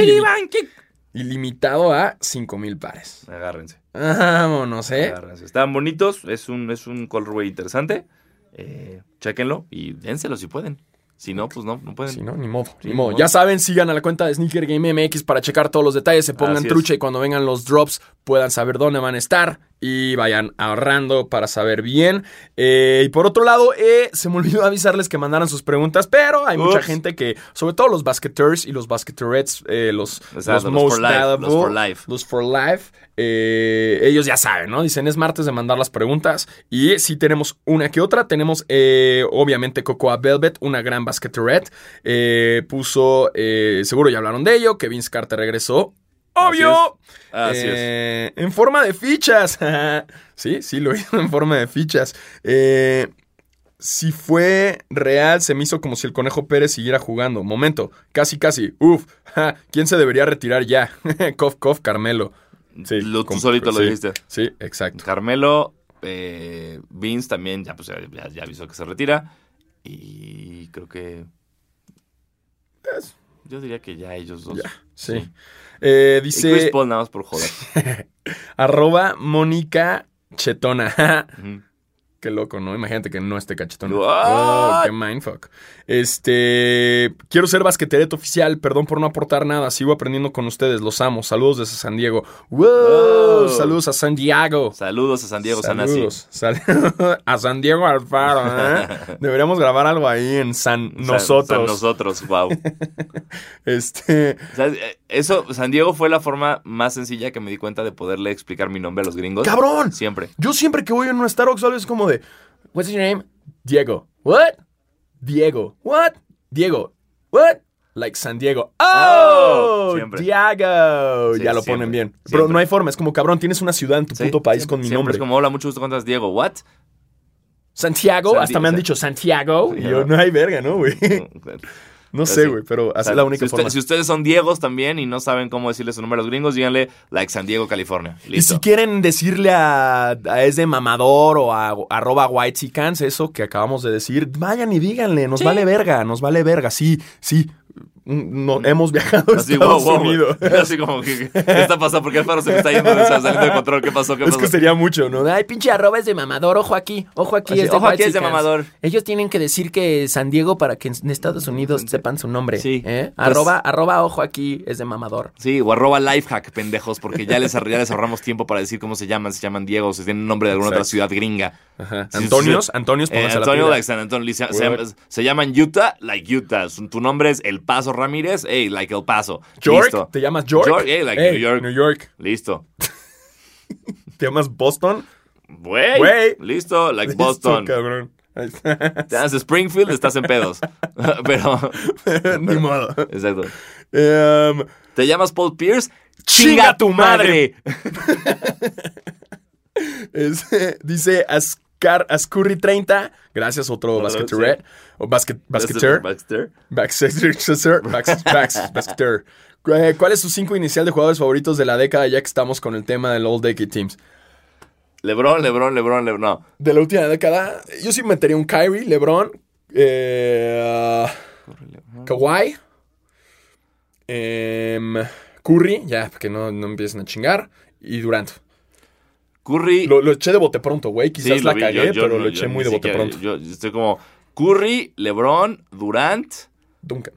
B: y limitado a 5000 pares.
A: Agárrense.
B: Vámonos, ¿eh?
A: Agárrense. Están bonitos, es un, es un colorway interesante. Eh, chéquenlo y dénselo si pueden. Si no, pues no, no pueden.
B: Si no, ni modo,
A: Sí,
B: ni
A: ni
B: modo.
A: modo.
B: Ya saben, sigan a la cuenta de Sneaker Game MX para checar todos los detalles, se pongan
A: Así es.
B: trucha y cuando vengan los drops puedan saber dónde van a estar y vayan ahorrando para saber bien. Eh, y por otro lado, eh, se me olvidó [laughs] avisarles que mandaran sus preguntas, pero hay mucha
A: Ups.
B: gente que, sobre todo los basqueters y los basqueterets, eh, los,
A: Exacto, los
B: most
A: for life, los for
B: valuable,
A: life.
B: los for life, eh, ellos ya saben, ¿no? Dicen, es martes de mandar las preguntas y sí tenemos una que otra. Tenemos, eh, obviamente, Cocoa Velvet, una gran basqueteret. eh, puso, eh, seguro ya hablaron de ello, que Vince Carter regresó.
A: Así
B: ¡Obvio!
A: Así es.
B: Eh, En forma de fichas. [laughs] sí, sí, lo hizo en forma de fichas. Eh, si fue real, se me hizo como si el Conejo Pérez siguiera jugando. Momento, casi, casi. Uf, ja, ¿quién se debería retirar ya? [laughs] cof, cof, Carmelo. Sí,
A: Lo- tú
B: com-
A: solito lo
B: sí.
A: dijiste.
B: Sí, exacto.
A: Carmelo, eh, Vince también, ya, pues, ya, ya- ya avisó que se retira. Y creo que.
B: Es-
A: Yo diría que ya ellos dos.
B: Ya, Sí. Eh,
A: Y Chris
B: dice
A: Paul nada más por joder.
B: arroba Mónica Chetona. [laughs]
A: Ujú.
B: Qué loco, ¿no? Imagínate que no esté cachetón.
A: What?
B: Oh, qué mindfuck. Este. Quiero ser basqueteret oficial. Perdón por no aportar nada. Sigo aprendiendo con ustedes. Los amo. Saludos desde San Diego. Wow.
A: Wow.
B: Saludos a San Diego.
A: Saludos a San Diego Sanasi.
B: Saludos. Sal- [laughs] a San Diego Alfaro.
A: [laughs]
B: ¿eh? Deberíamos grabar algo ahí en San
A: San-
B: Nosotros.
A: San nosotros, wow.
B: Este.
A: ¿Sabes? Eh, Eso, San Diego fue la forma más sencilla que me di cuenta de poderle explicar mi nombre a los gringos.
B: ¡Cabrón!
A: Siempre.
B: Yo siempre que voy en una Starbucks solo es como de, what's your name? Diego. What? Diego. What? Diego. What? Like San Diego.
A: Oh,
B: Oh,
A: siempre.
B: Diego.
A: Sí,
B: ya lo
A: siempre,
B: ponen bien. Pero
A: siempre.
B: no hay forma, es como cabrón, tienes una ciudad en tu
A: Sí,
B: puto país
A: siempre-
B: con mi
A: siempre
B: nombre.
A: Es como, hola, mucho gusto, ¿cuántas? Diego?
B: [laughs]
A: ¿What?
B: Santiago,
A: Santi-
B: hasta me han
A: San-
B: dicho Santiago.
A: Sí,
B: y yo,
A: ¿no?
B: no hay verga, ¿no, güey? [laughs] No
A: Pero
B: sé,
A: Pues sí.
B: güey, pero
A: O
B: así
A: sea,
B: es la única
A: si, usted-
B: forma.
A: si ustedes son Diegos también y no saben cómo decirle su nombre a los gringos, díganle like San Diego, California.
B: Y si
A: Listo.
B: quieren decirle a, a ese mamador o a arroba whitexicans eso que acabamos de decir, vayan y díganle, nos
A: Sí.
B: vale verga, nos vale verga, sí, sí. Mm, No, hemos viajado a
A: Así,
B: Estados
A: wow, wow, güey. [laughs]
B: Unidos.
A: Así como, que, ¿qué está pasando? ¿Por qué el faro se me está yendo? O sea, saliendo de control. ¿Qué pasó? ¿Qué
B: [laughs] Es
A: pasó?
B: que sería mucho, ¿no? Ay,
C: pinche arroba es de mamador, ojo aquí, ojo aquí
A: Así,
C: es de
A: ojo, aquí es de
C: whitexicans.
A: mamador.
C: Ellos tienen que decir que San Diego para que en Estados Unidos sepan su nombre.
A: Sí.
C: ¿eh?
A: Pues-
C: Arroba, arroba, ojo aquí es de mamador.
A: Sí, o arroba lifehack, pendejos, porque ya les, ya les ahorramos tiempo para decir cómo se llaman, si se llaman Diego, si tienen nombre de alguna otra
B: Exacto.
A: ciudad gringa.
B: Ajá.
A: Sí, sí,
B: Antonios,
A: sí.
B: Antonios,
A: Eh,
B: pónganse la
A: Antonio,
B: pila.
A: like San Antonio, se, se-
B: Güey.
A: se llaman Utah, like Utah. Su- Tu nombre es El Paso Ramírez, hey, like El Paso.
B: York,
A: Listo.
B: ¿te llamas York?
A: York, eh, like New York.
B: New York.
A: Listo.
B: ¿Te llamas Boston? Güey.
A: Güey. Listo, like
B: Listo,
A: Boston.
B: cabrón. Ahí está.
A: Te das Springfield, estás en pedos. [laughs] Pero,
B: [laughs] Ni modo.
A: exacto.
B: Em,
A: Te llamas Paul Pierce,
B: Chinga
A: chinga,
B: tu
A: tu
B: madre.
A: madre.
B: Es, eh, dice Ascar, Ascurri30. Gracias, otro basqueteret. O basquet, basqueter.
A: Baxter.
B: [laughs] Basqueter. bax- bax- Basqueter. Eh, ¿Cuál es su cinco inicial de jugadores favoritos de la década? Ya que estamos con el tema del All Decade Teams.
A: Lebron, Lebron, Lebron, Lebron. No.
B: De la última década, yo sí metería un Kyrie, LeBron, eh, Kawhi, em, Curry, ya, que no, no empiecen a chingar, y Durant.
A: Curry.
B: Lo, lo eché de bote pronto, güey.
A: sí,
B: Quizás la
A: lo vi,
B: cagué,
A: yo- yo
B: pero
A: no- yo
B: lo eché
A: ni
B: muy de bote
A: siquiera-
B: pronto.
A: Yo yo estoy como Curry, Lebron, Durant.
B: Duncan.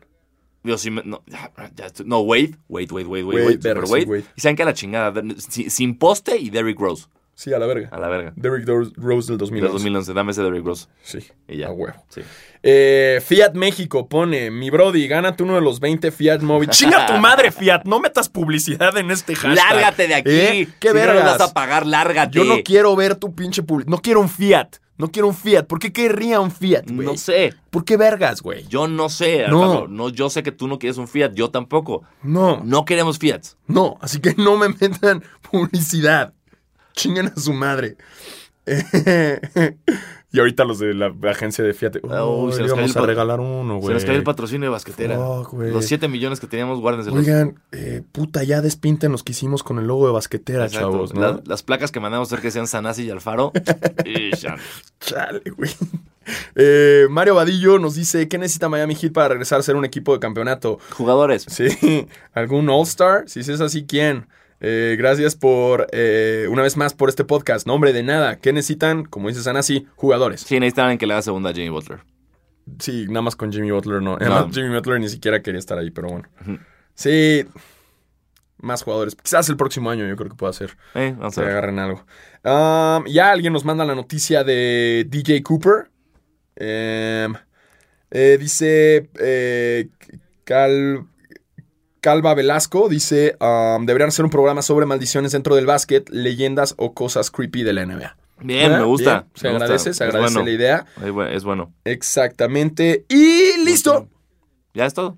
A: Yo sí me- no, ya, ya estoy- no, Wade, Wade, Wade, Wade, Wade,
B: Wade,
A: Wade,
B: verga,
A: super
B: sí,
A: Wade.
B: Wade.
A: Y saben que a la chingada, sin, sin poste y Derrick Rose,
B: Sí, a la verga.
A: a la verga.
B: Derrick Dor- Rose del
A: Ah. Del
B: 2011.
A: 2011, dame ese Derrick Rose.
B: Sí,
A: Y ya.
B: a huevo.
A: Sí.
B: Eh, Fiat México pone, mi brody, gánate uno de los 20 Fiat
A: [laughs]
B: Móvil. ¡Chinga tu madre, Fiat! No metas publicidad en este hashtag.
A: Lárgate de aquí.
B: ¿Eh? ¡Qué
A: si no
B: vergas!
A: nos vas a pagar, lárgate.
B: Yo no quiero ver tu pinche publicidad. No quiero un Fiat. No quiero un Fiat. ¿Por qué querría un Fiat, güey?
A: No sé.
B: ¿Por qué vergas, güey?
A: Yo no sé,
B: No.
A: Alfaro. No, yo sé que tú no quieres un Fiat, yo tampoco.
B: No,
A: No queremos Fiat.
B: no. Así que no me metan publicidad. Chingan a su madre. [laughs] y ahorita los de la agencia de Fiat.
A: Oh,
B: "Uy,
A: se nos cayó
B: le íbamos
A: el
B: a
A: pat-
B: regalar uno, güey.
A: Se nos cayó el patrocinio de basquetera.
B: Fuck, güey.
A: Los 7 millones que teníamos, guárdenselos.
B: Oigan, eh, puta, ya despinten los que hicimos con el logo de basquetera,
A: Exacto.
B: chavos, ¿no?
A: La- las placas que mandamos hacer que sean Sanasi y Alfaro. [laughs] Y ya.
B: Chale, güey. [laughs] Eh, Mario Vadillo nos dice, ¿qué necesita Miami Heat para regresar a ser un equipo de campeonato?
A: Jugadores.
B: Sí, [laughs] algún All-Star, si es así, ¿quién? Eh, gracias por, eh, una vez más, por este podcast. Nombre de nada. ¿Qué necesitan? Como dice Sanasi, jugadores.
A: Sí, necesitan alguien que le haga segunda a Jimmy Butler.
B: Sí, nada más [laughs] con Jimmy Butler no. Además, Jimmy Butler ni siquiera quería estar ahí, pero bueno.
A: Ujú.
B: Sí. más jugadores. Quizás el próximo año yo creo que pueda ser.
A: Eh, vamos
B: Se
A: a ver.
B: agarren algo. Um, ya alguien nos manda la noticia de DJ Cooper. Em, eh, dice eh, Cal- Calva Velasco, dice, um, deberían hacer un programa sobre maldiciones dentro del básquet, leyendas o cosas creepy de la NBA.
A: Bien,
B: ¿Eh?
A: me gusta.
B: Bien, Se
A: me gusta.
B: agradece, se
A: Es
B: agradece
A: bueno.
B: la idea.
A: Es bu- Es bueno.
B: Exactamente. Y listo.
A: ¿Ya es todo?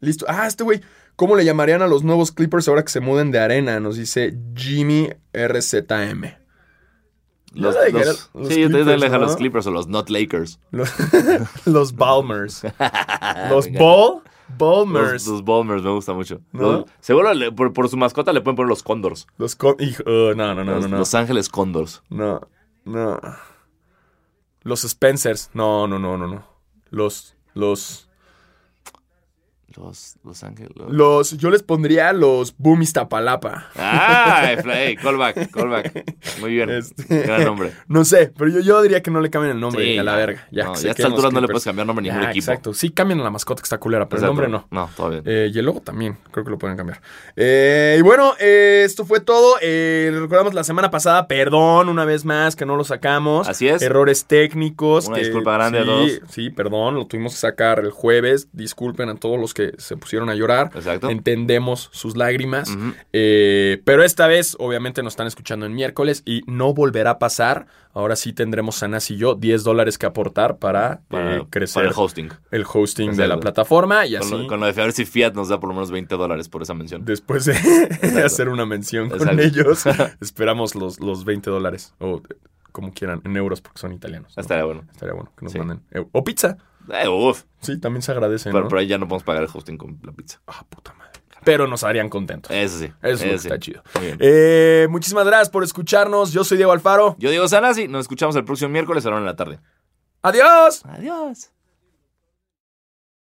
B: Listo. Ah, este güey. ¿Cómo le llamarían a los nuevos Clippers ahora que se muden de arena? Nos dice Jimmy RZM.
A: Los,
B: Yo le dejé
A: los-
B: a los
A: sí, yo también
B: Clippers,
A: le dejé a los
B: ¿no?
A: Clippers o los Not Lakers.
B: Los, [laughs] los Balmers.
A: [laughs]
B: Los
A: Venga.
B: Ball
A: Los,
B: Balmers. Los,
A: los Bombers, me gusta mucho.
B: ¿No?
A: Los- seguro le- por, por su mascota le pueden poner los Condors.
B: co- hijo, uh, no, no, no,
A: los,
B: no, no.
A: los Ángeles Condors.
B: No, no. Los Spencers. No, no, no, no, no. Los, los,
A: Los, los Ángeles.
B: los, yo les pondría los Boom Iztapalapa.
A: ¡Ah! Hey, callback, callback. Muy bien.
B: Este-
A: Gran nombre.
B: No sé, pero yo, yo diría que no le cambien el nombre
A: Sí,
B: a la
A: ya.
B: verga. [laughs] Ya,
A: No,
B: que se
A: ya a esta
B: queden los
A: altura no le
B: Clippers.
A: puedes cambiar nombre a ningún
B: Ah,
A: equipo.
B: Exacto. Sí, cambien a la mascota que está culera, pero
A: Exacto.
B: el nombre no.
A: No, todo bien.
B: Eh, y el logo también, creo que lo pueden cambiar. Eh, y bueno, eh, esto fue todo. Eh, recordamos la semana pasada, perdón una vez más que no lo sacamos.
A: Así es.
B: Errores técnicos.
A: Una
B: que-
A: disculpa grande a
B: sí,
A: todos.
B: Sí, perdón, lo tuvimos que sacar el jueves. Disculpen a todos los que se pusieron a llorar.
A: Exacto.
B: Entendemos sus lágrimas.
A: Ujú.
B: Eh, pero esta vez, obviamente, nos están escuchando en miércoles y no volverá a pasar. Ahora sí tendremos Sanas y yo 10 dólares que aportar para,
A: Para,
B: eh, crecer
A: para el hosting.
B: el hosting de la
A: Exacto.
B: plataforma. Y
A: Con
B: así.
A: lo, con lo de a ver si Fiat nos da por lo menos 20 dólares por esa mención.
B: Después de [laughs] hacer una mención con
A: Exacto. [laughs]
B: ellos, esperamos los, los 20 dólares o eh, como quieran, en euros porque son italianos. ¿no?
A: Estaría bueno.
B: Estaría bueno que nos
A: Sí.
B: manden. eu- O pizza.
A: Eh, uf,
B: Sí, también se agradece.
A: pero
B: ¿no?
A: por ahí ya no podemos pagar el hosting con la pizza.
B: Ah, puta madre. Pero nos harían contentos.
A: Eso sí.
B: Eso es lo que
A: Eh, sí.
B: está chido.
A: Muy bien.
B: Eh, muchísimas gracias por escucharnos. Yo soy Diego Alfaro.
A: Yo digo Sanasi, nos escuchamos el próximo miércoles a la una de la tarde.
B: Adiós.
A: Adiós.